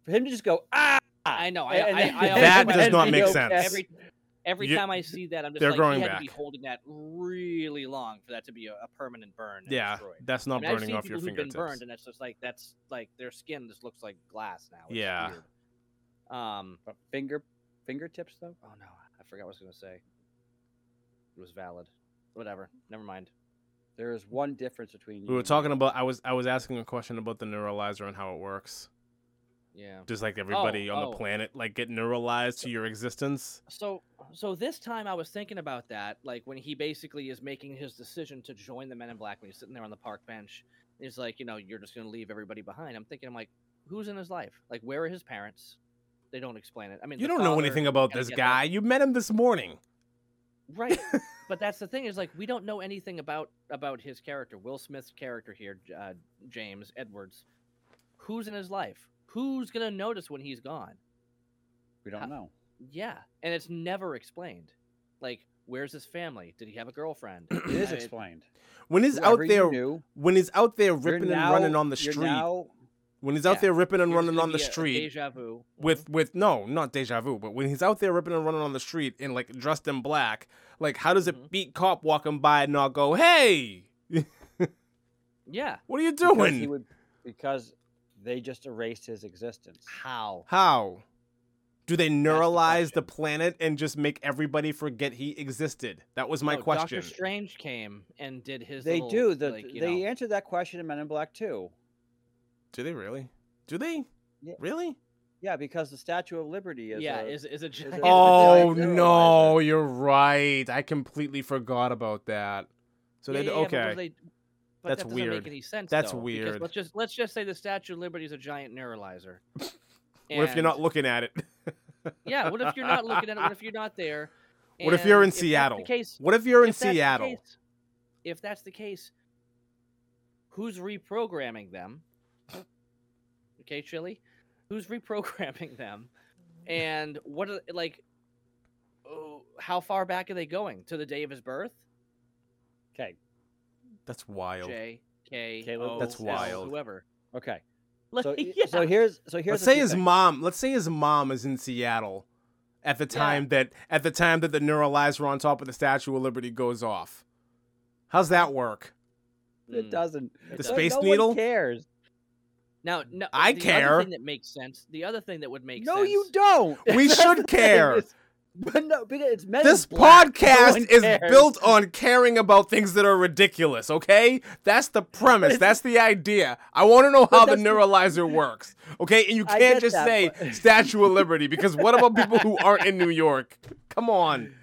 For him to just go ah, I know, I- and I- *laughs* then- I always That find does it not to make be okay. sense. Every every You- time I see that, I'm just they're like, growing you had to be back. holding that really long for that to be a, a permanent burn. And yeah, destroyed. that's I not mean, I've burning seen off people your who've fingertips. been burned, and it's just like that's like their skin just looks like glass now. It's Yeah. weird. Um. But Finger fingertips though. Oh no, I forgot what I was gonna say. It was valid. Whatever. Never mind. There is one difference between. we you were and talking about. I was I was asking a question about the neuralizer and how it works. Yeah. Does like everybody on oh. the planet like get neuralized to your existence? So so this time I was thinking about that, like when he basically is making his decision to join the Men in Black when he's sitting there on the park bench. He's like, you know, you're just gonna leave everybody behind. I'm thinking, I'm like, who's in his life? Like, where are his parents? They don't explain it. I mean, You the don't know father- *laughs* anything about gotta this get guy. You met him this *laughs* morning. right? but that's the thing is like we don't know anything about about his character, Will Smith's character here, J- uh, James Edwards. Who's in his life? Who's gonna notice when he's gone? we don't *clears throat* know. Yeah, and it's never explained. Like, where's his family? Did he have a girlfriend? I It is mean, explained. When he's Whoever out you there, knew, when he's out there you're ripping and now- running on the you're street, now- when he's out Yeah. there ripping and there's running gonna on the be a- a street deja vu with with no, not deja vu, but when he's out there ripping and running on the street and like dressed in black, like how does Mhm. it beat cop walking by and not go, "Hey, yeah. what are you because doing?" he would- because they just erased his existence. How? How? Do they neuralize the, question. planet and just make everybody forget he existed? That was my No, question. Oh, Doctor Strange came and did his. They little, do. The, like, you they know- answered that question in Men in Black Two. Do they really? Do they? Yeah. Really? Yeah, because the Statue of Liberty is. yeah, a- is is a giant. *laughs* a- Oh they neuralize no, you're right. I completely forgot about that. So Yeah, they yeah, yeah, but okay. was they- but That's that doesn't weird. Make any sense, That's though, because weird. Let's just let's just say the Statue of Liberty is a giant neuralizer. *laughs* what if you're not And- looking at it? yeah. What if you're not looking at it? What if you're not there? *laughs* What if you're And in that's the Seattle? case- What if you're in if that's the Seattle? case- if that's the case, who's reprogramming them? Okay, Chili, who's reprogramming them? And what are like? oh, How far back are they going to the day of his birth? Okay. That's wild. J K Caleb, O That's L, wild. Whoever. Okay. *laughs* Like, So, yeah. so here's so here's. let's the say two his things. mom. Let's say his mom is in Seattle at the Yeah. time that at the time that the neuralizer on top of the Statue of Liberty goes off. How's that work? Mm. It doesn't. The No- Hmm. Space no Needle? One cares. Now, no, I the care. Other thing that makes sense. The other thing that would make no, sense. you don't. *laughs* *laughs* We That's should the thing, *laughs* care. is- But no, because it's men in this black. No podcast one is cares. built on caring about things that are ridiculous, okay? That's the premise. it's- That's the idea. I want to know how the that's the- neuralizer *laughs* works, okay? And you I can't get just that, say but- Statue of Liberty because what about people who aren't in New York? Come on.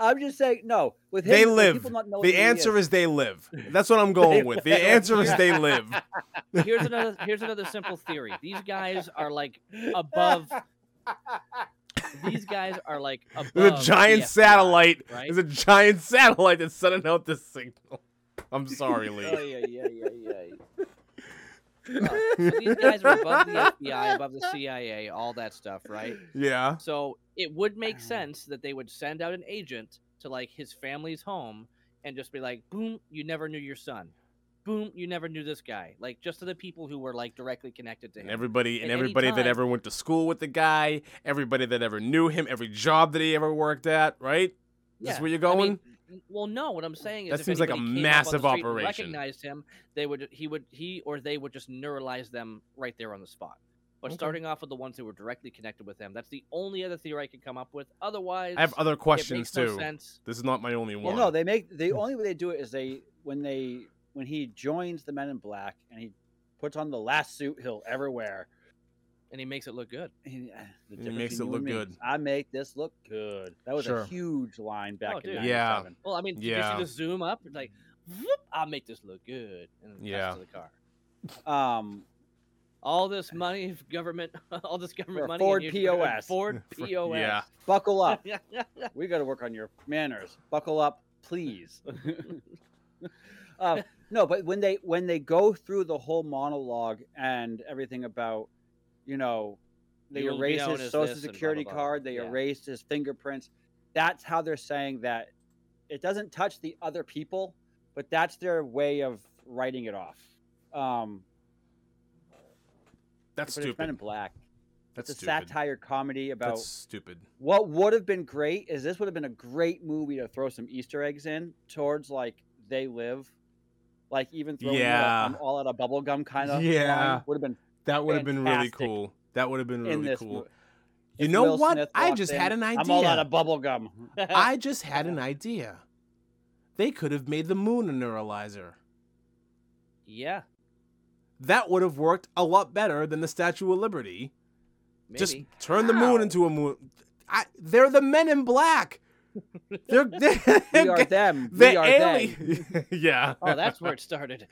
I'm just saying, no. With him, They with live. people not knowing The who Oh, he answer is they live. That's what I'm going with. The answer is they live. Here's another here's another simple theory. These guys are like *laughs* above. These guys are like above. There's a giant the FBI, satellite. Oh, right? There's a giant *laughs* satellite that's sending out this signal. I'm sorry, Lee. Oh, yeah, yeah, yeah, *laughs* yeah. So these guys are above *laughs* the FBI, above the CIA, all that stuff, right? Yeah. So it would Uh-huh. make sense that they would send out an agent to like his family's home and just be like, boom, you never knew your son. Boom, you never knew this guy. Like just to the people who were like directly connected to him. And everybody and At any everybody that time. ever went to school with the guy, everybody that ever knew him, every job that he ever worked at, right? Is this where you're I going? mean, n- well, no. What I'm saying is, That if seems like a anybody came up on the massive street and operation. Recognized him, they would he would he or they would just neuralize them right there on the spot. But Okay. starting off with the ones who were directly connected with him, that's the only other theory I could come up with. Otherwise, I have other questions it makes no too. sense. This is not my only Well, one. no, they make *laughs* the only way they do it is they when they when he joins the Men in Black and he puts on the last suit he'll ever wear. And he makes it look good. He, ah, the He difference between makes it you and look me good. is I make this look good. That was Sure. a huge line back Oh, in dude. Yeah. '97. Well, I mean, did Yeah. you see the zoom up? It's Like, "Vroom, I'll make this look good. And then Yeah. yeah. to the car. Um, All this money, of government, *laughs* all this government For money. Ford and you- POS. Ford *laughs* For- POS. yeah. buckle *laughs* up. we got to work on your manners. Buckle up, *laughs* please. *laughs* uh, no, but when they when they go through the whole monologue and everything about, you know, they You'll be erase known his as social this and blah, security blah, blah, blah. card, they Yeah. erase his fingerprints. That's how they're saying that it doesn't touch the other people, but that's their way of writing it off. Um, That's but it's Men in stupid. Black. That's it's a stupid. satire comedy about That's stupid. what would have been great is this would have been a great movie to throw some Easter eggs in towards like they live, like even throwing in a- Yeah. I'm all out of bubblegum kind of Yeah. would have been That would have been really Fantastic. cool. That would have been in really this. cool. mo- You If know Will what? Smith I walked just in, had an idea. I'm all out of bubblegum. *laughs* I just had an idea. They could have made the moon a neuralizer. yeah. That would have worked a lot better than the Statue of Liberty. Maybe. Just turn the moon How? into a moon. I, they're the men *laughs* in black. They're, *laughs* they're We are them. the we are they. alien. *laughs* *laughs* yeah. oh, that's where it started.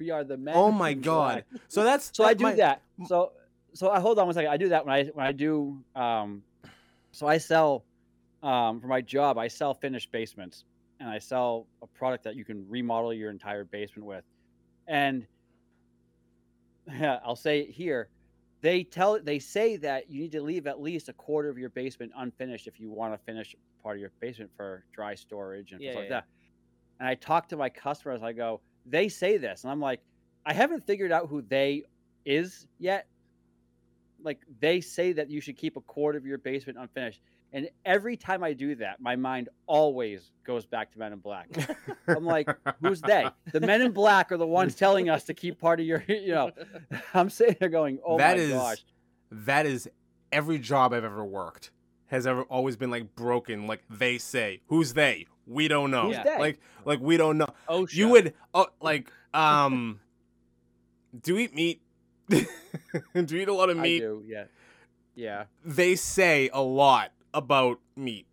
We are the men. Oh my in god. black. So that's So I do my- that. m- So so I hold on one second. I do that when I when I do um so I sell um for my job, I sell finished basements and I sell a product that you can remodel your entire basement with. And *laughs* I'll say it here. They tell they say that you need to leave at least a quarter of your basement unfinished if you want to finish part of your basement for dry storage and Yeah, things like yeah, yeah. that. And I talk to my customers, I go, they say this, and I'm like, I haven't figured out who they is yet. Like they say that you should keep a quarter of your basement unfinished. And every time I do that, my mind always goes back to Men in *laughs* Black. I'm like, who's they? The Men in Black are the *laughs* ones telling us to keep part of your, *laughs* *laughs* you know. I'm sitting there going, oh That my is- gosh. that is every job I've ever worked has ever always been like broken. Like they say, who's they? We don't know. Who's they? Like like we don't know. OSHA. You would oh like um do eat meat. *laughs* do you eat a lot of I meat. do, yeah. Yeah. They say a lot about meat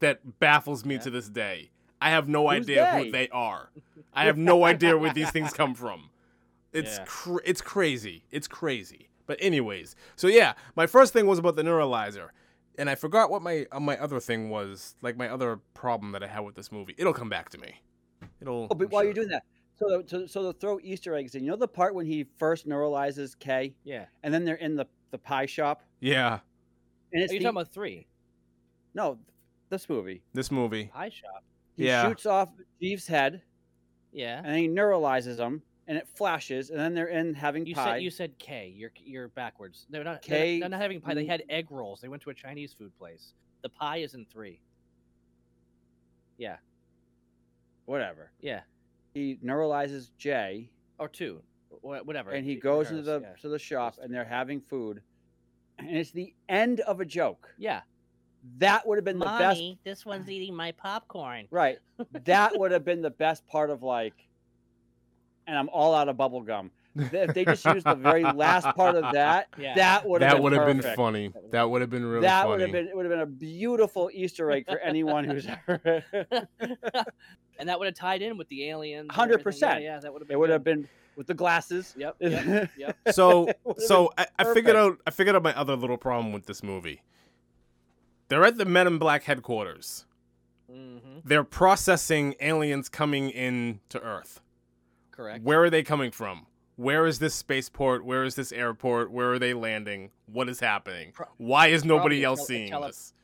that baffles me Yeah. to this day. I have no Who's idea they? who they are. I have no idea where *laughs* these things come from. It's Yeah. cr- it's crazy. It's crazy. But anyways, so yeah, my first thing was about the neuralizer, and I forgot what my uh, my other thing was, like my other problem that I had with this movie. It'll come back to me. It'll. Oh, but I'm while you're sure. doing that, so so so they'll throw Easter eggs in. You know the part when he first neuralizes K, Yeah. and then they're in the the pie shop, yeah, and it's Are you the- Oh, talking about three? no, this movie. this movie. Pie shop. He Yeah. shoots off Jeeves' head, Yeah. and he neuralizes him, and it flashes, and then they're in having You pie. said you said K. You're you're backwards. They're not they're not- K, They're not having pie. They food. had egg rolls. They went to a Chinese food place. The pie is in three. Whatever. Yeah, He neuralizes Jay, or two, wh- whatever. and he Who goes into cares? the yeah. to the shop, Those and they're having food, and it's the end of a joke. Yeah. That would have been the best this *laughs* one's eating my popcorn. Right. That would have been the best part of like, and I'm all out of bubble gum. if they just used the very last part of that, *laughs* Yeah. that would have that been would have been perfect. funny. That would have been really that would funny. have been it would have been a beautiful Easter egg for anyone who's *laughs* ever. and that would have tied in with the aliens. and 100%. everything. Yeah, yeah, that would have. It would have been with the glasses. *laughs* Yep. Yep. yep. *laughs* so It would've *laughs* so I, I figured perfect. out I figured out my other little problem with this movie. They're at the Men in Black headquarters. *laughs* hmm They're processing aliens coming in to Earth. Correct. Where are they coming from? Where is this spaceport? Where is this airport? Where are they landing? What is happening? Pro- Why is probably nobody a else tele- a seeing tele- this?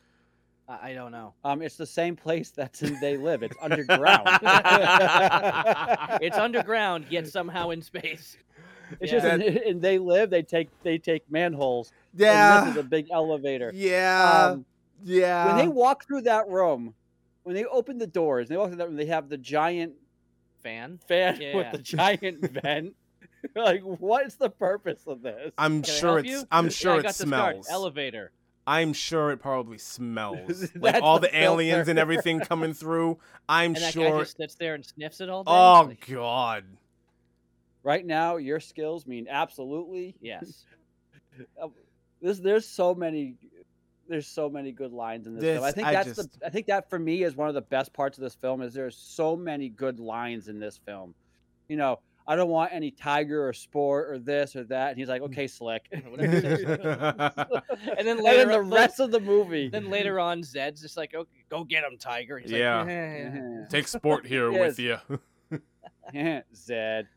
I, I don't know. Um, it's the same place that's in they live. *laughs* It's underground. it's It's underground, *laughs* yet somehow in space. just Yeah. in, in they live. They take they take manholes. and this is a big elevator. Yeah. Um, yeah. when they walk through that room, when they open the doors, they walk through that room. They have the giant Fan. fan *laughs* Yeah. with the giant vent. *laughs* like, what is the purpose of this? I'm Can I sure help it's you? I'm Yeah, sure I it got the scarf. smells. Elevator. I'm sure it probably *laughs* smells. like That's all the the aliens and filter. everything coming through. I'm And that guy sure. just sits there and sniffs it all day. Oh Like, *laughs* god. right now, your skills mean absolutely *laughs* yes. This there's so many there's so many good lines in this, film. This- I think I that's just- the I think that for me is one of the best parts of this film is there's so many good lines in this film. You know, I don't want any tiger or sport or this or that. And he's like, okay, slick. *laughs* Whatever it is. and then And later, then the on- rest of the movie. Then later on, Zed's just like, "Okay, go get him, Tiger." He's like, Yeah. "Eh." *laughs* Take sport here with *laughs* you. Zed.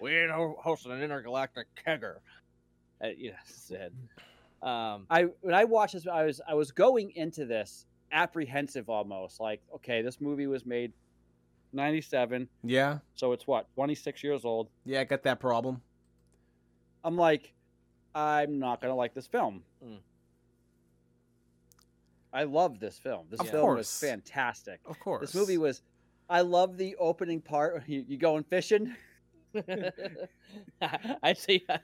We're ho- hosting an intergalactic kegger. Uh, yeah, Zed. Um, *laughs* I when I watched this, I was I was going into this apprehensive almost, like, okay, this movie was made ninety seven, Yeah. so it's what, twenty six years old. Yeah, I got that problem. I'm like, I'm not gonna like this film. Hmm. Mm. I love this film. This Of film course. was fantastic. Of course. This movie was. I love the opening part. *laughs* where You, you going fishing? I see. I,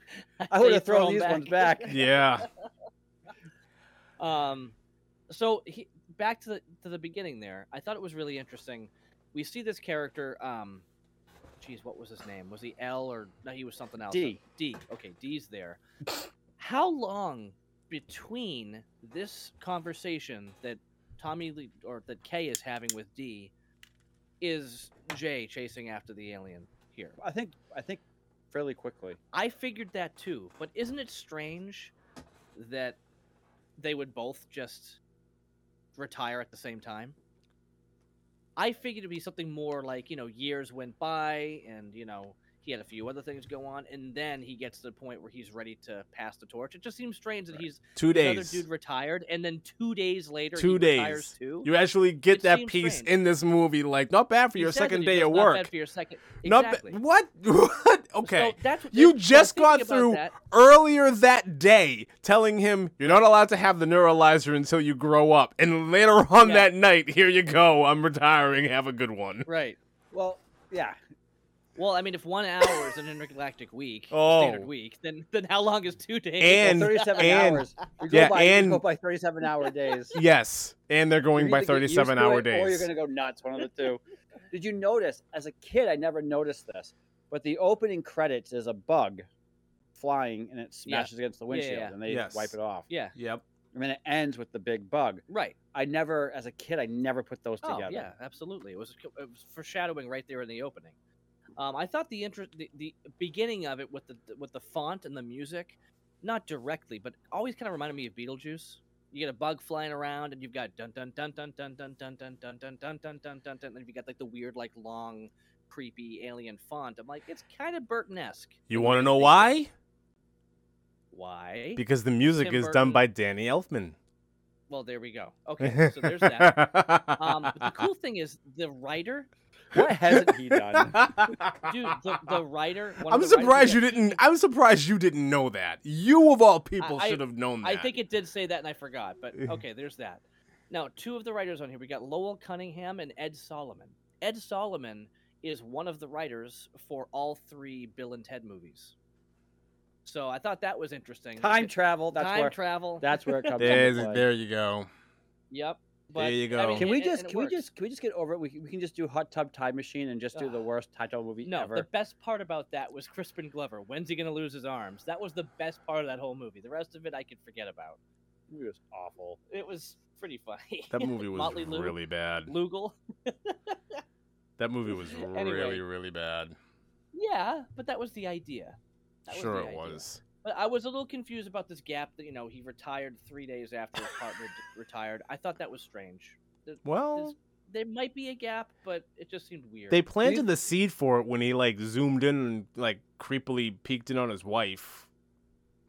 I see would you have throw thrown him these ones back. *laughs* *laughs* Yeah. Um, so he, back to the to the beginning there. I thought it was really interesting. We see this character. Um, geez, what was his name? Was he L or no? He was something else. D. D. Okay, D's there. How long between this conversation that Tommy Lee or that Kay is having with D is Jay chasing after the alien here? I think. I think fairly quickly. I figured that too, but isn't it strange that they would both just retire at the same time? I figured it'd be something more like, you know, years went by and, you know, he had a few other things go on, and then he gets to the point where he's ready to pass the torch. It just seems strange that he's Two another days. dude retired, and then two days later, Two he days. retires too. You actually get It that seems piece strange. in this movie, like not bad for He your says that second he day goes, at "Not work. bad for your second, Not ba- exactly. *laughs* what? what? Okay. So that's, You so just thinking got about through that- earlier that day telling him you're not allowed to have the neuralizer until you grow up. And later on Yeah. that night, here you go. I'm retiring. Have a good one. right. Well, yeah. Well, I mean, if one hour is an intergalactic week, *laughs* Oh. standard week, then then how long is two days? Well, And- thirty-seven and- hours. We go yeah, by, we and- go by thirty-seven hour days. Yes. And they're going You by either get used 37 to hour it Or you're days. going to go nuts, one of the two. *laughs* Did you notice, as a kid, I never noticed this, but the opening credits is a bug flying and Yeah. it smashes against the Yeah, yeah, windshield yeah. and they Yes. wipe it off. yeah, Yep. And then it ends with the big bug. right. I never, as a kid, I never put those Oh, together. yeah, absolutely. It was, it was foreshadowing right there in the opening. Um, I thought the interest, the, the beginning of it with the with the font and the music, not directly, but always kind of reminded me of Beetlejuice. You get a bug flying around, and you've got dun dun dun dun dun dun dun dun dun dun dun dun dun dun dun, and then you got like the weird, like long, creepy alien font. I'm like, it's kind of Burton-esque. You want to know why? Why? Because the music Tim is Burton. done by Danny Elfman. Well, there we *laughs* go. *laughs* Okay, so there's that. Um, but the cool thing is the writer, *laughs* What hasn't he done? dude, the, the writer. one of I'm the writers- surprised you yeah, didn't. I'm surprised you didn't know that. You of all people I- should have known that. I think it did say that, and I forgot. *laughs* But okay, there's that. Now, two of the writers on here. We got Lowell Cunningham and Ed Solomon. Ed Solomon is one of the writers for all three Bill and Ted movies. So I thought that was interesting. *laughs* Time travel. That's Time where. travel. *laughs* that's where it comes. into There's- play. there you go. Yep. But, There you I go. mean, Can we and- and just it can we works. just can we just get over it? We can, we can just do Hot Tub Time Machine and just do the Ugh. worst title movie No, ever. the best part about that was Crispin Glover. When's he gonna lose his arms? That was the best part of that whole movie. The rest of it I could forget about. movie was awful. It was pretty funny. *laughs* That movie was Motley Lue. really bad. Lugal. That movie was *laughs* Anyway. really, really bad. Yeah, but that was the idea. That was sure, the it idea. was. But I was a little confused about this gap that you know he retired three days after his partner d- *laughs* retired. I thought that was strange. Well, There's, there might be a gap, but it just seemed weird. Oh. they planted the seed for it when he like zoomed in and like creepily peeked in on his wife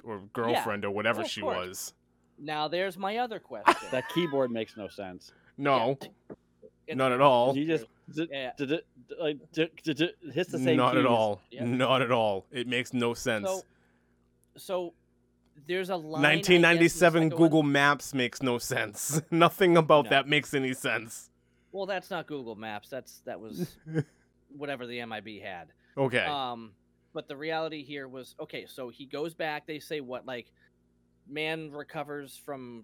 or girlfriend or whatever of she course. was. Now there's my *laughs* other question. That keyboard makes no sense. No, It's- not at all. You just d- Yeah. d- d- d- like d- d- d- hits the same. Not at keys. all. Yeah. Not at all. It makes no sense. So, so there's a line. I guess, in the 1997 second one- Google Maps makes no sense. *laughs* Nothing about No. that makes any sense. Well, that's not Google Maps. That's that *laughs* was whatever the MIB had. Okay. Um, but the reality here was okay. So he goes back. They say what like man recovers from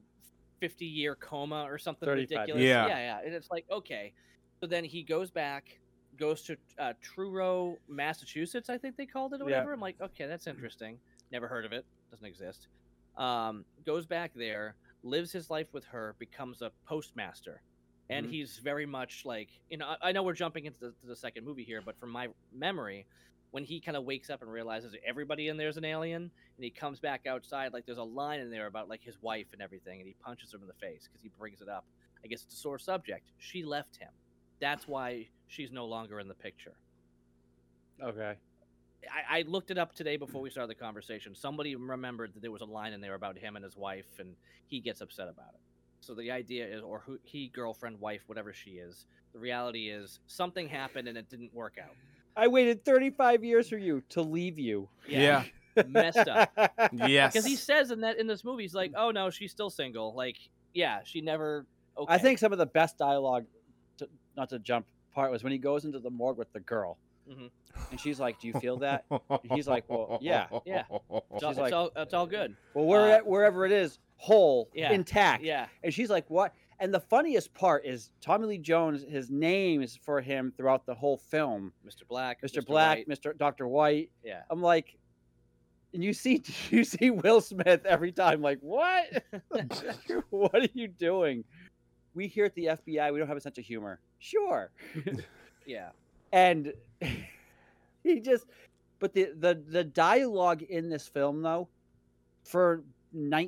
fifty year coma or something 35 ridiculous. years. Yeah. yeah, yeah. And it's like okay. So then he goes back, goes to uh, Truro, Massachusetts. I think they called it or Yeah. whatever. I'm like, okay, that's interesting. Never heard of it. Doesn't exist. Um, goes back there, lives his life with her, becomes a postmaster and Mhm. he's very much like you know I- i know we're jumping into the, to the second movie here but from my memory when he kind of wakes up and realizes that everybody in there's an alien and he comes back outside like there's a line in there about like his wife and everything and he punches him in the face because he brings it up i guess it's a sore subject she left him that's why she's no longer in the picture Okay. I, I looked it up today before we started the conversation. Somebody remembered that there was a line in there about him and his wife, and he gets upset about it. So the idea is, or who, he, girlfriend, wife, whatever she is, the reality is something happened and it didn't work out. I waited 35 years for you to leave you. yeah. messed *laughs* up. *laughs* yes. Because *laughs* he says in that in this movie, he's like, "Oh no, she's still single." Like, yeah, she never. Okay. I think some of the best dialogue, to, not to jump part, was when he goes into the morgue with the girl, Mm-hmm. Mhm. and she's like, "Do you *laughs* feel that?" He's like, well, yeah, yeah. it's all, she's it's, like- all, it's all good. Well, where, Uh, at- wherever it is, whole, Yeah, intact. Yeah, And she's like, "What?" And the funniest part is Tommy Lee Jones. His name is for him throughout the whole film. Mr. Black, Mr. Black, White, Mr. Doctor White. yeah. I'm like, and you see, *laughs* you see Will Smith every time. Like, what? *laughs* what are you doing? We here at the FBI, we don't have a sense of humor. Sure. Yeah. and *laughs* he just but the the the dialogue in this film though for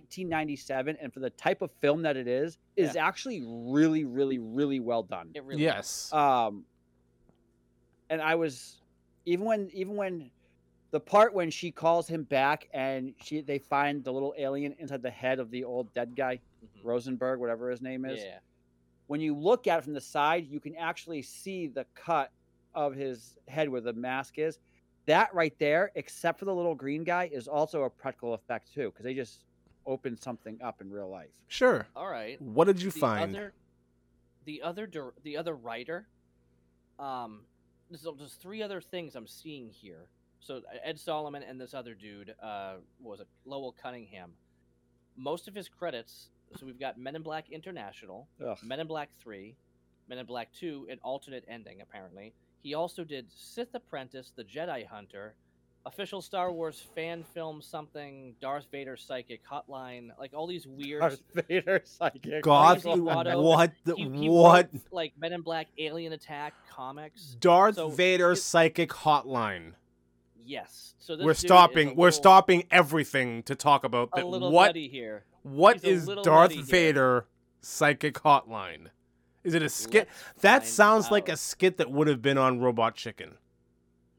1997 and for the type of film that it is is actually really really really well done It really. Uh, Yes. um and i was even when even when the part when she calls him back and she they find the little alien inside the head of the old dead guy Mhm. rosenberg whatever his name is Yeah. when you look at it from the side, you can actually see the cut of his head where the mask is. That right there, except for the little green guy, is also a practical effect too, because they just opened something up in real life. Sure. All right. What did you the find? Other, the other dir- the other writer. Um, there's, there's three other things I'm seeing here. So E, Ed Solomon and this other dude, uh, what was it Lowell Cunningham? Most of his credits. So we've got Men in Black International, Ugh. Men in Black Three, Men in Black Two, an alternate ending apparently. He also did Sith Apprentice, The Jedi Hunter, official Star Wars fan film, something Darth Vader psychic hotline, like all these weird Darth *laughs* Vader psychic. God, Grand Theft Auto. what? The, he- he what? wrote, like Men in Black, Alien Attack comics. Darth So, Vader it- psychic hotline. Yes. So this We're dude is a stopping. We're little- stopping everything to talk about A that. little What? nutty here. What He's a is little Darth nutty here. Vader psychic hotline? Is it a skit? Let's That find sounds like a out. skit that would have been on Robot Chicken.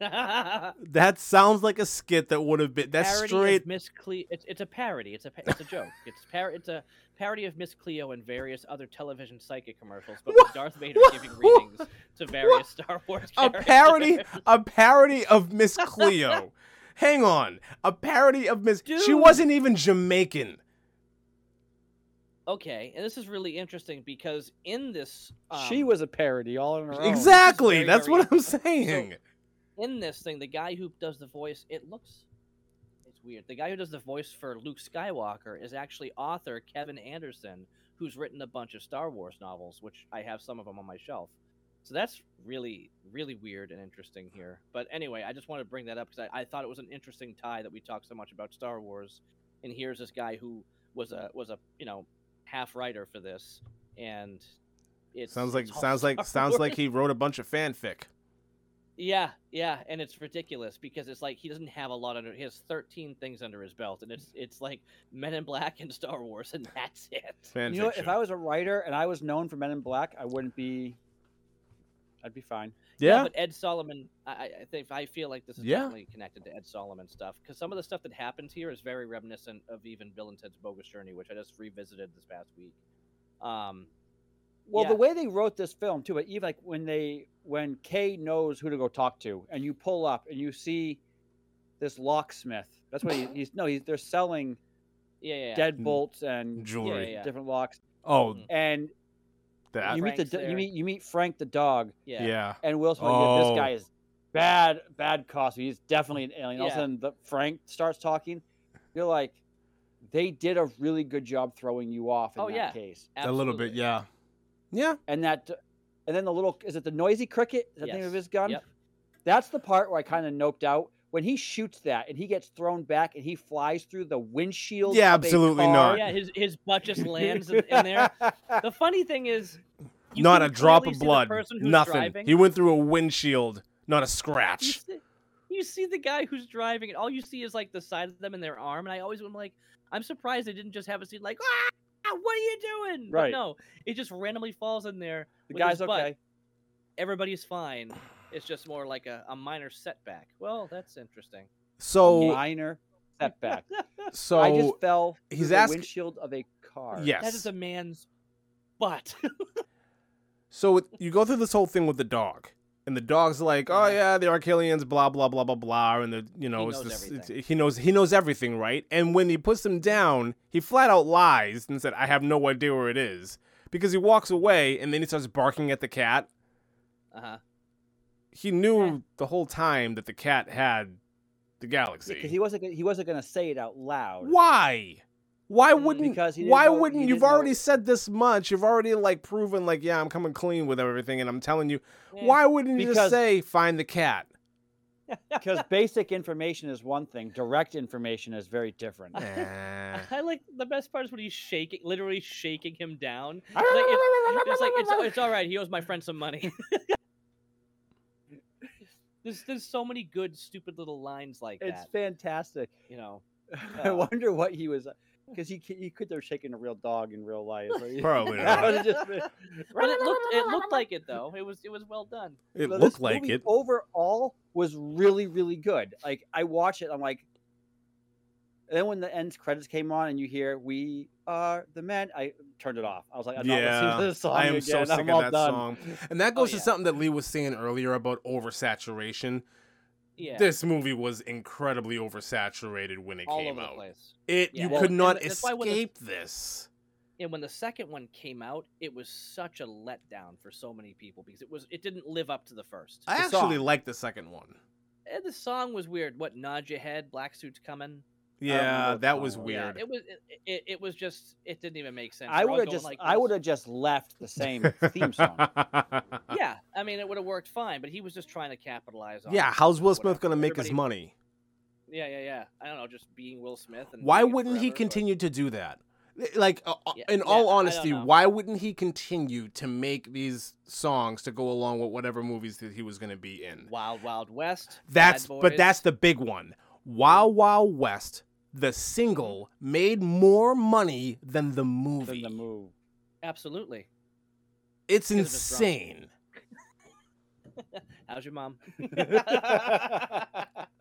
*laughs* That sounds like a skit that would have been. That's parody straight. Of Miss Cleo. It's, it's a parody. It's a pa- it's a *laughs* joke. It's par- It's a parody of Miss Cleo and various other television psychic commercials, but with Darth Vader *laughs* What? giving What? readings to various Star Wars. a characters. parody a parody *laughs* of Miss Cleo. Hang on. A parody of Miss She Dude. wasn't even Jamaican. *laughs* Okay, and this is really interesting because in this um, she was a parody all on her own. This is very, exactly. That's very what I'm saying. in this thing, the guy who does the voice, it looks it's weird. The guy who does the voice for Luke Skywalker is actually author Kevin Anderson, who's written a bunch of Star Wars novels, which I have some of them on my shelf. So that's really, really weird and interesting here. But anyway, I just wanted to bring that up because I, I thought it was an interesting tie that we talked so much about Star Wars, and here's this guy who was a was a you know half writer for this, and it sounds like *laughs* sounds like sounds like he wrote a bunch of fanfic. Yeah, yeah, and it's ridiculous because it's like he doesn't have a lot under. He has thirteen things under his belt, and it's it's like Men in Black and Star Wars, and that's it. Fan you know, what, fiction. if I was a writer and I was known for Men in Black, I wouldn't be. I'd be fine. yeah, but Ed Solomon, I, I I think I feel like this is Yeah. definitely connected to Ed Solomon stuff because some of the stuff that happens here is very reminiscent of even Bill and Ted's Bogus Journey, which I just revisited this past week. Um, Well, Yeah. the way they wrote this film too, but even like when they when Kay knows who to go talk to, and you pull up and you see this locksmith. *laughs* That's what he, he's no, he's they're selling yeah, yeah, yeah. dead bolts and yeah, jewelry. yeah. different locks. Oh, Mm. And that. you meet the Frank's do- there. you meet you meet Frank the dog, yeah, Yeah. and Will Smith. you go, Oh. This guy is bad, bad costume. He's definitely an alien. All of a Yeah. sudden, the, Frank starts talking. You're like, they did a really good job throwing you off in Oh, that yeah. case. a little bit. absolutely. Yeah, yeah. and that and then the little is it the noisy cricket is that the name of Yes. his gun Yep. that's the part where i kind of noped out when he shoots that and he gets thrown back and he flies through the windshield Yeah, of a absolutely car. not. Oh, Yeah, his his butt *laughs* just lands in, in *laughs* there. The funny thing is, you not can a drop clearly of see the blood. person who's Nothing. driving. He went through a windshield, not a you scratch. see, you see the guy who's driving, and all you see is like the side of them and their arm. And I always am like, I'm surprised they didn't just have a scene like, ah, what are you doing? But Right. no, it just randomly falls in there. the with guy's his butt. okay Everybody's fine. It's just more like a, a minor setback. Well, that's interesting. So, minor *laughs* setback so i just fell he's through the ask- windshield of a car yes. That is a man's butt. *laughs* So it- you go through this whole thing with the dog, and the dog's like, "Oh Uh-huh. yeah, the Archelians, blah blah blah blah blah," and the you know it's knows this, it's- everything. he knows he knows everything, right? And when he puts him down, he flat out lies and said, "I have no idea where it is," because he walks away and then he starts barking at the cat. uh-huh. He knew Yeah. the whole time that the cat had the galaxy. because he wasn't gonna- he wasn't going to say it out loud Why? Why Mm, wouldn't? because he didn't Why know- he wouldn't? didn't You've know- already said this much. You've already like proven like, yeah, I'm coming clean with everything, and I'm telling you. Yeah. Why wouldn't you just Because- say, find the cat? because basic information is one thing direct information is very different Nah. *laughs* I like the best part is when he's shaking, literally shaking him down. It's like, it's, it's like *laughs* it's, it's all right. He owes my friend some money. *laughs* there's there's so many good stupid little lines like *laughs* it's that. fantastic *laughs* You know, I Uh. Oh. wonder what he was, because he c- he could have shaken a real dog in real *laughs* life. right? *laughs* *laughs* Probably That not. would've just been- but it looked it looked like it though. It was it was well done. It No, looked this like movie it. Overall, was really really good. Like I watch it, I'm like. And then when the end credits came on and you hear "We Are the Men," I turned it off. I was like, "I'm not Yeah, listening to this song I am again. so sick I'm of all that *laughs* done." song. And that goes Oh, yeah. to something that Lee was saying earlier about oversaturation. Yeah, This movie was incredibly oversaturated when it all came over the out. place. It Yeah. you Well, could and not that's why when the- escape this. And when the second one came out, it was such a letdown for so many people because it was it didn't live up to the first. I The actually song. like the second one. and the song was weird. What nod your head, black suits coming. remember Yeah, what that song was it was. Yeah, weird. *laughs* it was it, it, it was just it didn't even make sense. I They're all would have going just like I this. would have just left the same theme *laughs* song. Uh, yeah, I mean, it would have worked fine, but he was just trying to capitalize on. Yeah, it how's or Will Smith whatever. gonna make his Everybody- money? Yeah, yeah, yeah. I don't know, just being Will Smith. And Why doing it wouldn't he forever, but- continue to do that? Like, uh, uh, Yeah, in yeah, all I- I don't honesty, know. why wouldn't he continue to make these songs to go along with whatever movies that he was going to be in? Wild Wild West. That's Bad but Boys. that's the big one. Wow Wow West, the single made more money than the Than movie. the move. absolutely. *laughs* It's Could've just dropped it. insane. How's your *laughs* mom?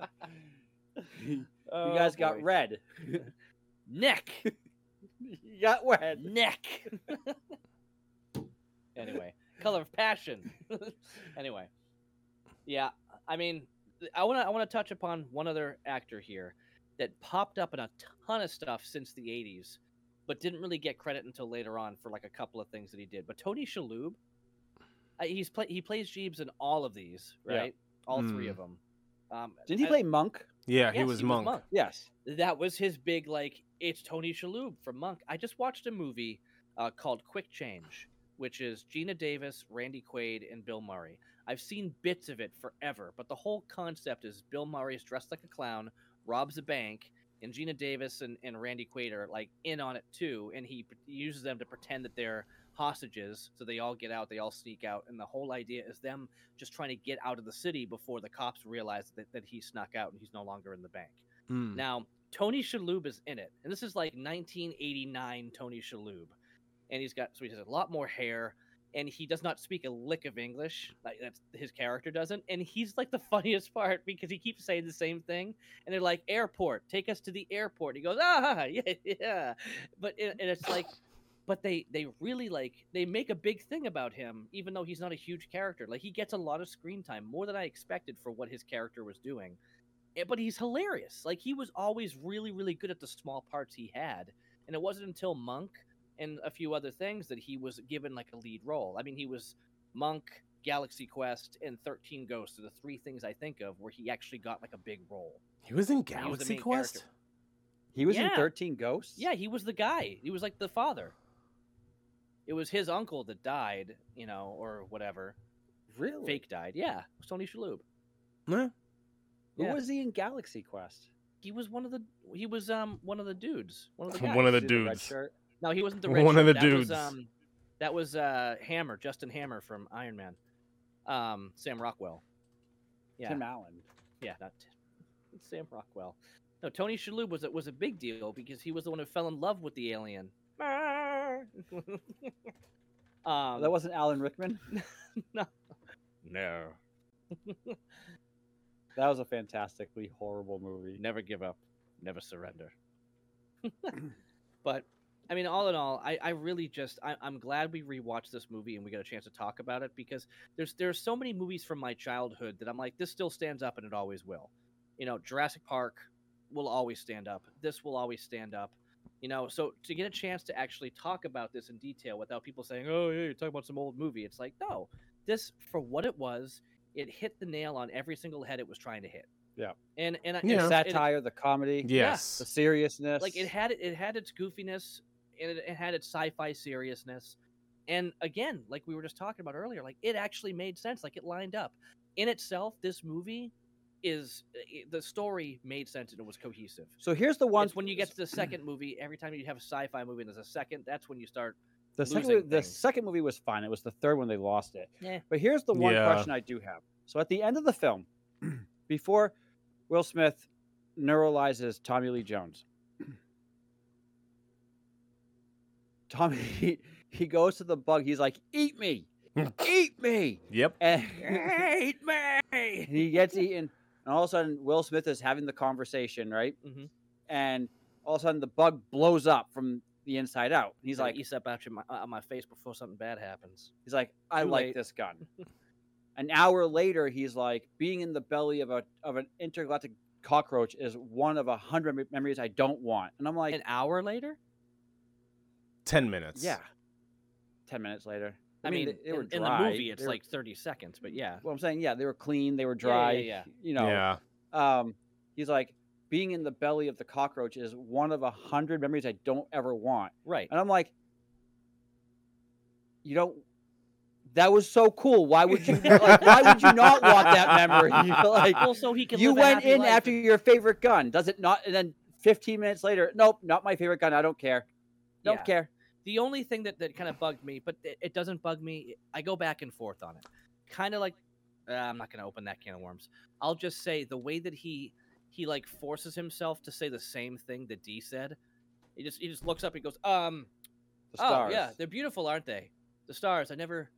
*laughs* you Oh, guys got boy. *laughs* red. neck, *laughs* You got red. neck. anyway, Color of Passion. anyway, yeah. I mean, th- I want to I want to touch upon one other actor here that popped up in a ton of stuff since the '80s, but didn't really get credit until later on for like a couple of things that he did. But Tony Shalhoub, I- he's play he plays Jeeves in all of these, Yeah. right? All three Mm. of them. Um, Didn't he I- play Monk? Yeah, he yes, was monk. Yes. that was his big like it's tony shalhoub from monk i just watched a movie uh, called Quick Change, which is Gina Davis, Randy Quaid, and Bill Murray. I've seen bits of it forever, but the whole concept is Bill Murray is dressed like a clown, robs a bank, and Gina Davis and, and Randy Quaid are like in on it too, and he p- uses them to pretend that they're hostages. So they all get out, they all sneak out, and the whole idea is them just trying to get out of the city before the cops realize that, that he snuck out and he's no longer in the bank. Mm. Now, Tony Shalhoub is in it, and this is like 1989 Tony Shalhoub, and he's got so he has a lot more hair, and he does not speak a lick of English. Like that's his character doesn't, and he's like the *laughs* funniest part because he keeps saying the same thing, and they're like airport, take us to the airport. He goes ah *laughs* yeah yeah, but it, and it's like. But they, they really like they make a big thing about him, even though he's not a huge character. Like he gets a lot of screen time, more than I expected for what his character was doing eh, but he's hilarious. Like he was always really, really good at the small parts he had, and it wasn't until Monk and a few other things that he was given like a lead role. I mean, he was Monk, Galaxy Quest, and Thirteen Ghosts are the three things I think of where he actually got like a big role. He was in the Galaxy main Quest. character. He was Yeah. in Thirteen Ghosts. Yeah, he was the guy. He was like the father. It was his uncle that died, you know, or whatever. really. Fake died. Yeah, it was Tony Shalhoub. Huh? Who Yeah. was he in Galaxy Quest? He was one of the. He was um one of the dudes. *laughs* One of Oh, *laughs* the guys. One of the Is he red dudes. shirt? No, he wasn't the red *laughs* One of shirt. the that dudes. Was, um, that was uh, Hammer, Justin Hammer from Iron Man. Um, Sam Rockwell. Yeah, Tim Allen. yeah, not it's Sam Rockwell. No, Tony Shalhoub was a, was a big deal because he was the one who fell in love with the alien. *laughs* um, that wasn't Alan Rickman. no, *laughs* That was a fantastically horrible movie. never give up, never surrender. *laughs* *clears throat* but I mean, all in all, I, I really just I, I'm glad we rewatched this movie and we got a chance to talk about it because there's there's so many movies from my childhood that I'm like this still stands up and it always will. You know, Jurassic Park will always stand up. This will always stand up. You know, so to get a chance to actually talk about this in detail without people saying, "Oh, yeah, you're talking about some old movie," it's like, no, this for what it was, it hit the nail on every single head it was trying to hit. Yeah. and and I- Yeah. it's- The it- satire, the comedy, the Yes. seriousness. like it had it had its goofiness and it, it had its sci-fi seriousness and again like we were just talking about earlier like it actually made sense like it lined up in itself this movie is it, the story made sense and it was cohesive so here's the ones once when you get to *clears throat* the second movie every time you have a sci-fi movie and there's a second that's when you start the second, losing mo- the things. second movie was fine. It was the third one they lost it. Yeah. But here's the one Yeah. question I do have. So at the end of the film, *clears throat* before Will Smith neuralizes Tommy Lee Jones, *clears throat* Tommy he, he goes to the bug. He's like, "Eat me, eat me," Yep. and *laughs* hate me he gets eaten. And all of a sudden, Will Smith is having the conversation, right? Mhm. And all of a sudden, the bug blows up from the inside out. He's he's like like, eats up out your, my, out my face before something bad happens He's like, I Too like late. this *laughs* gun. An hour later, he's like, being in the belly of a of an intergalactic cockroach is one of a hundred me- memories I don't want. And I'm like, an hour later Ten minutes. yeah. Ten minutes later. i, I mean, mean, they- they were in, in the dry. movie it's They were- like 30 seconds but yeah Well, I'm saying, yeah, they were clean, they were Yeah, dry. yeah, yeah. You know, Yeah. um, he's like, being in the belly of the cockroach is one of a hundred memories I don't ever want. *laughs* right Uh, And I'm like, you don't. That was so cool. Why *laughs* would you? like, why would you not want that memory? *laughs* like, well so he can you live a went happy in life after and- your favorite gun does it not and then 15 minutes later nope not my favorite gun i don't care don't Yeah. care the only thing that, that kind of bugged me, but it, it doesn't bug me. I go back and forth on it. Kind of like uh, I'm not going to open that can of worms. I'll just say the way that he he like forces himself to say the same thing that D said. He just he just looks up and goes, "Um, the stars oh yeah, they're beautiful, aren't they? The stars. I never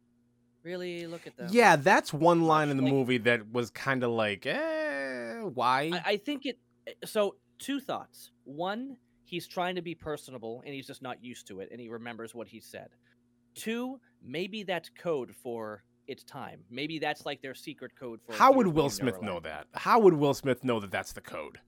really look at them." Yeah, that's one line in the Like- movie that was kind of like, eh, why? I, I think it. eh, So two thoughts. One, he's trying to be personable and he's just not used to it, and he remembers what he said. Two, maybe that's code for it's time. Maybe that's like their secret code for. How here's would when Will you Smith we're know like- that? How would Will Smith know that that's the code?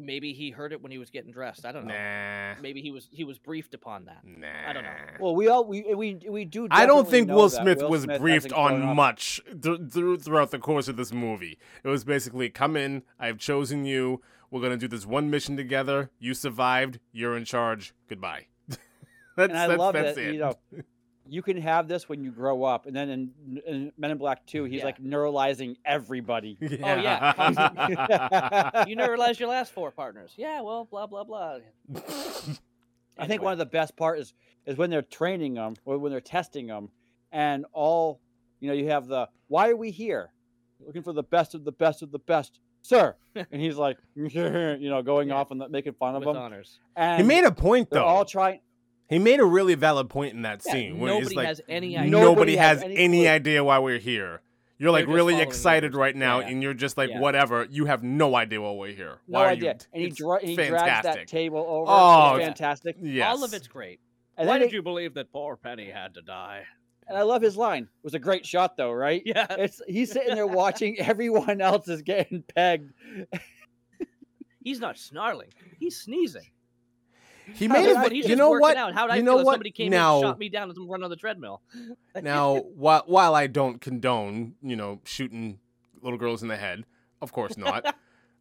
Maybe he heard it when he was getting dressed. I don't know. Nah. Maybe he was he was briefed upon *laughs* that. Nah. I don't know. well we all we we, we do I don't definitely think know Will that Smith Will was Smith briefed hasn't on grown up. much th- th- throughout the course of this movie. It was basically come in, I've chosen you, we're going to do this one mission together, you survived, you're in charge, goodbye. *laughs* That's, and I that's, love that's that it. *laughs* you know Oh, you can have this when you grow up, and then in, in Men in Black Two, he's Yeah. like neuralizing *laughs* everybody. yeah, *laughs* yeah. you never realized your last four partners. Yeah, well, blah blah blah. *laughs* I think one of the best part is is when they're training them or when they're testing them, and all you know you have the why are we here? Looking for the best of the best of the best, *laughs* sir. and he's like, *laughs* you know, going Yeah. off and making fun of with them. honors. And he made a point they're though. all trying. he made a really valid point in that Yeah, scene when he's nobody like, has any idea. nobody, Nobody has, has any any, clue. idea why we're here. You're They're like just really following excited orders. right now, Yeah. and you're just like Yeah. whatever. You have no idea why we're here. No why are idea. You, and he, it's dra- he drags fantastic. that table over. Oh, it's yeah. fantastic. yes. All of it's great. And, Why then did they- you believe that poor Penny had to die? *laughs* and I love his line. It was a great shot, though, right? Yeah, It's he's sitting there watching *laughs* everyone else is getting pegged. he's not snarling. He's sneezing. He How made That's did I- a, what vi- he's you just know working what? Out. *laughs* How did you I know feel if what? somebody came Now- in, shot me down, and run on the treadmill? *laughs* Now, while while I don't condone, you know, shooting little girls in the head, of course not.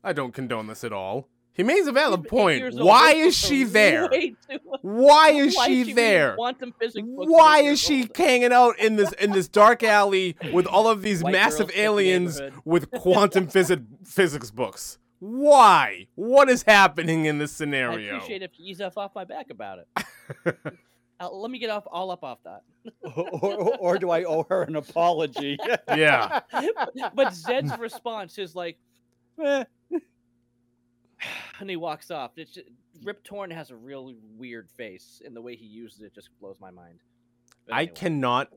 I don't condone this at all. He makes a valid Eight point. years old, Why this *laughs* is she a there? way too- Why is Why she reading there? Quantum physics books at Why eight is years she old? hanging out in this in this dark alley with all of these White massive girls pick aliens neighborhood. *laughs* with quantum physics physics books? Why? What is happening in this I scenario? appreciate if you ease off off my back about it. *laughs* Uh, let me get off all up off that. or, or, or do I owe her an apology? *laughs* *laughs* Yeah. *laughs* But Zed's *laughs* response is like, Eh, and he walks off. It's just, Mm. Rip Torn has a really weird face, and the way he uses it just blows my mind. But I anyway. cannot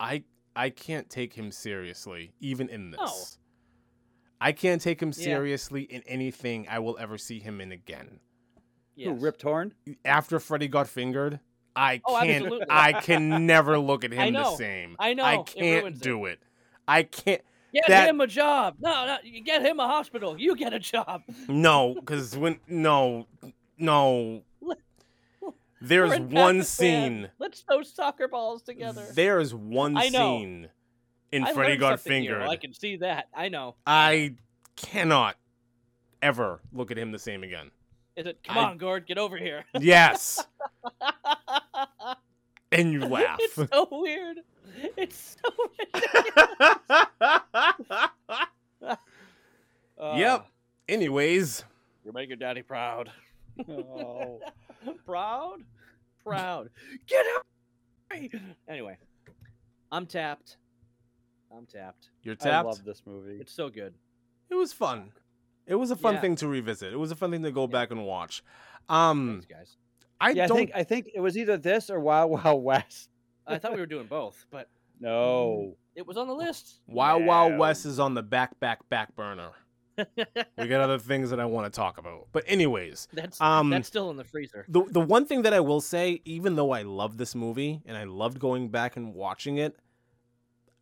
I I can't take him seriously even in this. No. I can't take him Oh. Yeah. seriously in anything I will ever see him in again. Who Yes. *laughs* Rip Torn? After Freddy got fingered, I Oh, can't absolutely. I can never look at *laughs* I him the know. same. I know. I it can't ruins do it. I can't Get that- him a job. No, no, you get him a hospital. You get a job. *laughs* no cuz when no no We're There's in one Pakistan. scene. Let's throw soccer balls together. There's one I know. scene in I Freddy learned got something new. fingered. I can see that. I know. I cannot ever look at him the same again. Is it? Come I- on, Gord, get over here. *laughs* Yes. and you laugh. It's so weird. It's so. *laughs* Uh, *laughs* Yep. Anyways, You're making daddy proud. Oh. *laughs* proud, proud. Get out. of my- Anyway, I'm tapped. I'm tapped. you're I tapped. love this movie. It's so good. It was fun. It was a fun Yeah. thing to revisit. It was a fun thing to go back and watch. Um, Hmm. Thanks, guys. I yeah, I don't. think I think it was either this or Wild *laughs* Wild West. I thought we were doing both, but No. it was on the list. Wild Wild No. West is on the back, back, *laughs* back burner. we got other things that I want to talk about. But anyways, That's um, that's still in the freezer. The the one thing that I will say, even though I love this movie and I loved going back and watching it,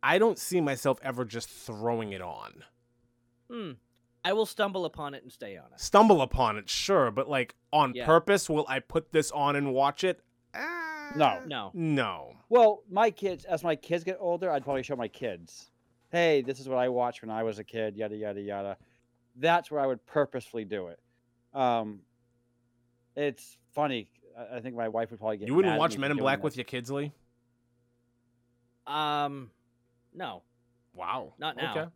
I don't see myself ever just throwing it on. Hmm. I will stumble upon it and stay on it. Stumble upon it, sure, but like on Yeah. purpose, will I put this on and watch it? Ah, No. No. No. Well, my kids, as my kids get older, I'd probably show my kids, "Hey, this is what I watched when I was a kid." Yada yada yada. That's where I would purposefully do it. Um, it's funny. I- I think my wife would probably get. You wouldn't mad at me watch for Men in doing Black this. with your kids, Lee? Um, no, *laughs* Wow. not now.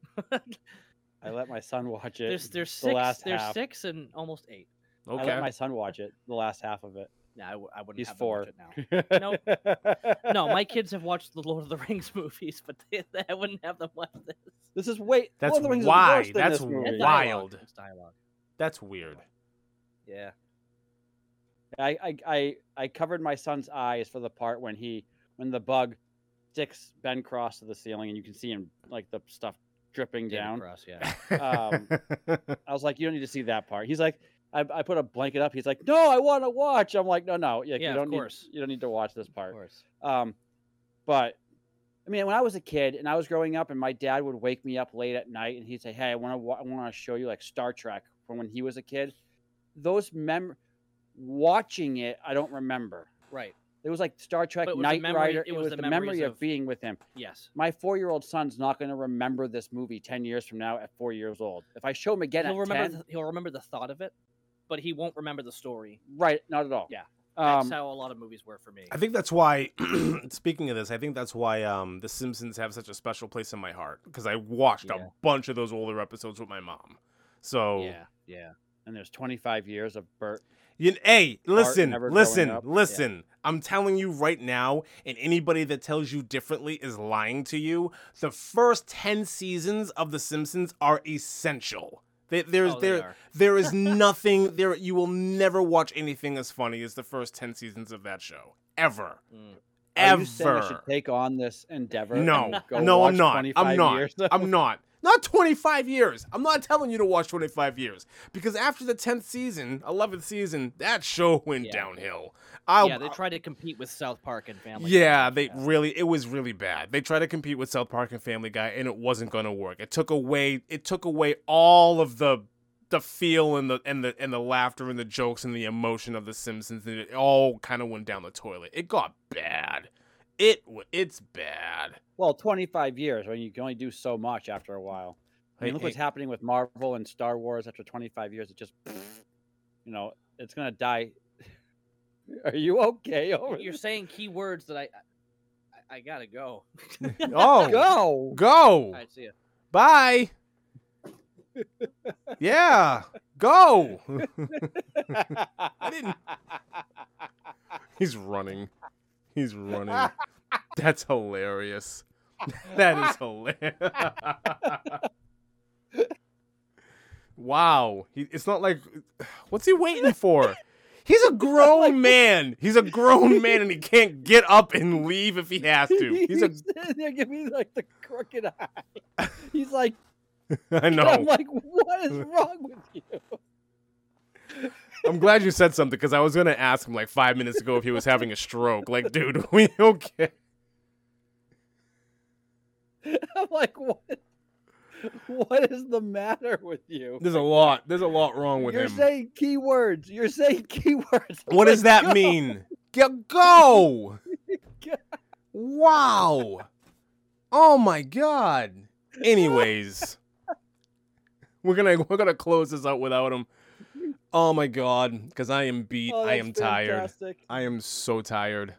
I let my son watch it. there's there's the six last there's half. six and almost eight. Okay. I let Okay. my son watch it. The last half of it. Nah, I, w- I wouldn't He's have them watch four. it now. *laughs* No, my kids have watched the Lord of the Rings *laughs* movies, but they, I wouldn't have them watch this. This is way. That's Lord of the Rings is why- worse than that's this movie. It's Wild. Dialogue. It's dialogue. That's weird. Yeah. I, I I I covered my son's eyes for the part when he when the bug sticks Ben Cross to the ceiling and you can see him like the stuff dripping David down. Cross, *coughs* yeah. *laughs* Um, I was like, you don't need to see that part. He's like, I, I put a blanket up. He's like, no, I want to watch. I'm like, no, no, like, Yeah, you of don't need course. you don't need to watch this Of part. course. Um, but I mean, when I was a kid and I was growing up, and my dad would wake me up late at night, and he'd say, "Hey, I want to, wa- I want to show you like Star Trek from when he was a kid." Those mem, watching it, I don't remember. Right. It was like Star Trek, But it was the Knight memory- Rider. it was the the memory memories of, of- being with him. Yes. My four-year-old son's not going to remember this movie ten years from now at four years old. If I show him again he'll at remember. 10, The, he'll remember the thought of it, but he won't remember the story. right? Not at all. Yeah. That's Um, how a lot of movies were for me. I think that's why. *clears throat* speaking of this, I think that's why um, the Simpsons have such a special place in my heart because I watched Yeah. a bunch of those older episodes with my mom. So, Yeah, yeah. and there's 25 years of Bert. you, hey, listen, never growing listen, up. Yeah. listen. I'm telling you right now, and anybody that tells you differently is lying to you. The first ten seasons of The Simpsons are essential. They, there's Oh, they there are. *laughs* there is nothing there. You will never watch anything as funny as the first ten seasons of that show ever. Mm. Are Ever. you saying I should take on this endeavor? No, and go no, watch I'm not. 25 I'm not. years? I'm not. Not 25 years. I'm not telling you to watch 25 years because after the 10th season, 11th season, that show went Yeah. downhill. I'll, yeah, they tried to compete with South Park and Family. Guy. yeah, they really it was really bad. They tried to compete with South Park and Family Guy and it wasn't going to work. It took away it took away all of the the feel and the and the and the laughter and the jokes and the emotion of the Simpsons and it all kind of went down the toilet. It got bad. It wa- it's *laughs* bad. *laughs* Well, 25 years when you can only do so much after a while. I mean, Hey, look what's hey. happening with Marvel and Star Wars after 25 years. It just, *sniffs* you know, it's going to die. *laughs* Are you okay *laughs* Oh, over You're there? saying key words that I, I, I gotta go. Oh. *laughs* Go. Go. All right, see ya. Bye. *laughs* yeah. Go. *laughs* I didn't. *laughs* He's running. He's running. *laughs* That's hilarious. *laughs* That is hilarious. *laughs* wow. He, it's not like. What's he waiting for? He's a grown *laughs* man. He's a grown man and he can't get up and leave if he *laughs* has to. He's a. sitting there giving me like the crooked eye. *laughs* He's like, I I'm know. like, what is *laughs* wrong with you? *laughs* I'm glad you said something because I was gonna ask him like five minutes ago if he was having a stroke. Like, dude, *laughs* are we okay? I'm like, what? What is the matter with you? There's a lot. There's a lot wrong with You're him. saying keywords. You're saying *laughs* keywords. Oh, what *laughs* does that mean? Go. go! wow. Oh my god. Anyways, we're gonna we're gonna close this out without him. Oh my god, because I am beat. Oh, I that's am tired. fantastic. I am so tired.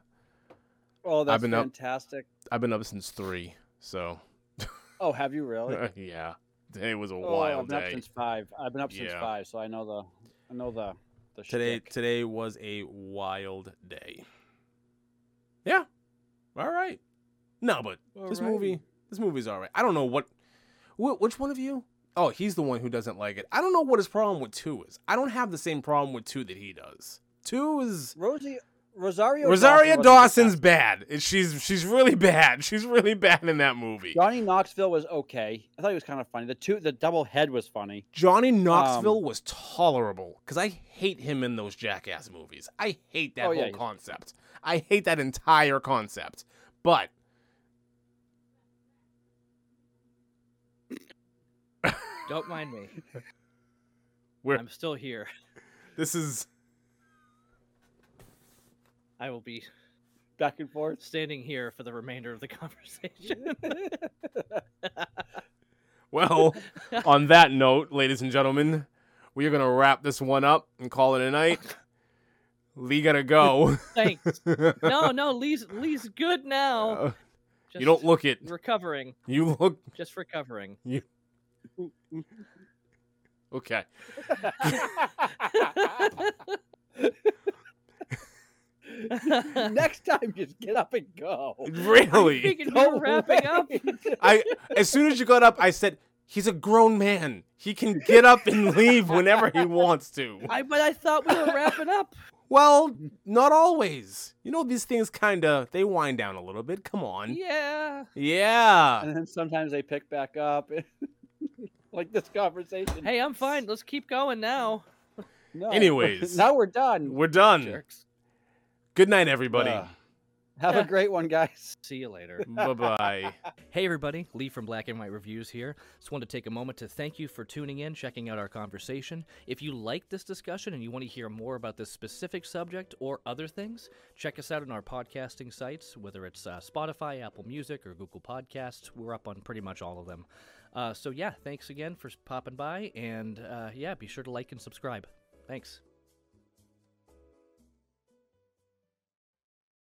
Oh, that's been up- fantastic. I've been up since three. So Oh, have you *laughs* really? yeah, it was a oh, I've wild been day. up since five. I've been up since Yeah. five, so I know the, I know the, the Today shtick. today was a wild day. Yeah. All right. No, but this Alrighty. movie this movie's all right. I don't know what wh- which one of you? Oh, he's the one who doesn't like it. I don't know what his problem with 2 is. I don't have the same problem with 2 that he does. 2 is Rosie, Rosario, Rosaria Dawson wasn't Dawson's bad. It- She's she's really bad. *laughs* She's really bad in that movie. bad. Johnny Knoxville was okay. I thought he was kind of funny. The two, the double head was funny. Johnny Um, Knoxville was tolerable because I hate him in those jackass movies. I hate that Oh, yeah, whole he's- concept. I hate that entire concept. But Don't mind me. *laughs* We're- I'm still here. this is I will be Back and *laughs* forth. *laughs* standing here for the remainder of the *laughs* conversation. *laughs* well, on that note, ladies and gentlemen, we are going to wrap this one up and call it a night. Lee got *laughs* to go. Thanks. No, no, Lee's Lee's good now. Uh, Just *laughs* you don't look it. recovering. You look Just *laughs* recovering. *laughs* okay. Next time, just get up and *laughs* go. Really? Speaking Go of wrapping up. *laughs* *laughs* away. I as soon as you got up, I said, "He's a grown man. He can get up and leave whenever he wants to." I but I thought we were wrapping up. Well, not always. You know, these things kind of they wind down a little bit. Come on. Yeah. *laughs* Yeah. and then sometimes they pick back up. *laughs* like this conversation. Hey, I'm fine. Let's keep going now. No. *laughs* Anyways. now we're done. We're done. Jerks. Good night, everybody. Ugh. Have a great one, guys. See you later. bye bye. Hey everybody, Lee from Black and White Reviews here. Just wanted to take a moment to thank you for tuning in, checking out our conversation. If you like this discussion and you want to hear more about this specific subject or other things, check us out on our podcasting sites, whether it's uh, Spotify, Apple Music, or Google Podcasts. We're up on pretty much all of them. Uh, so yeah, thanks again for s- popping by, and uh, yeah, be sure to like and subscribe. Thanks.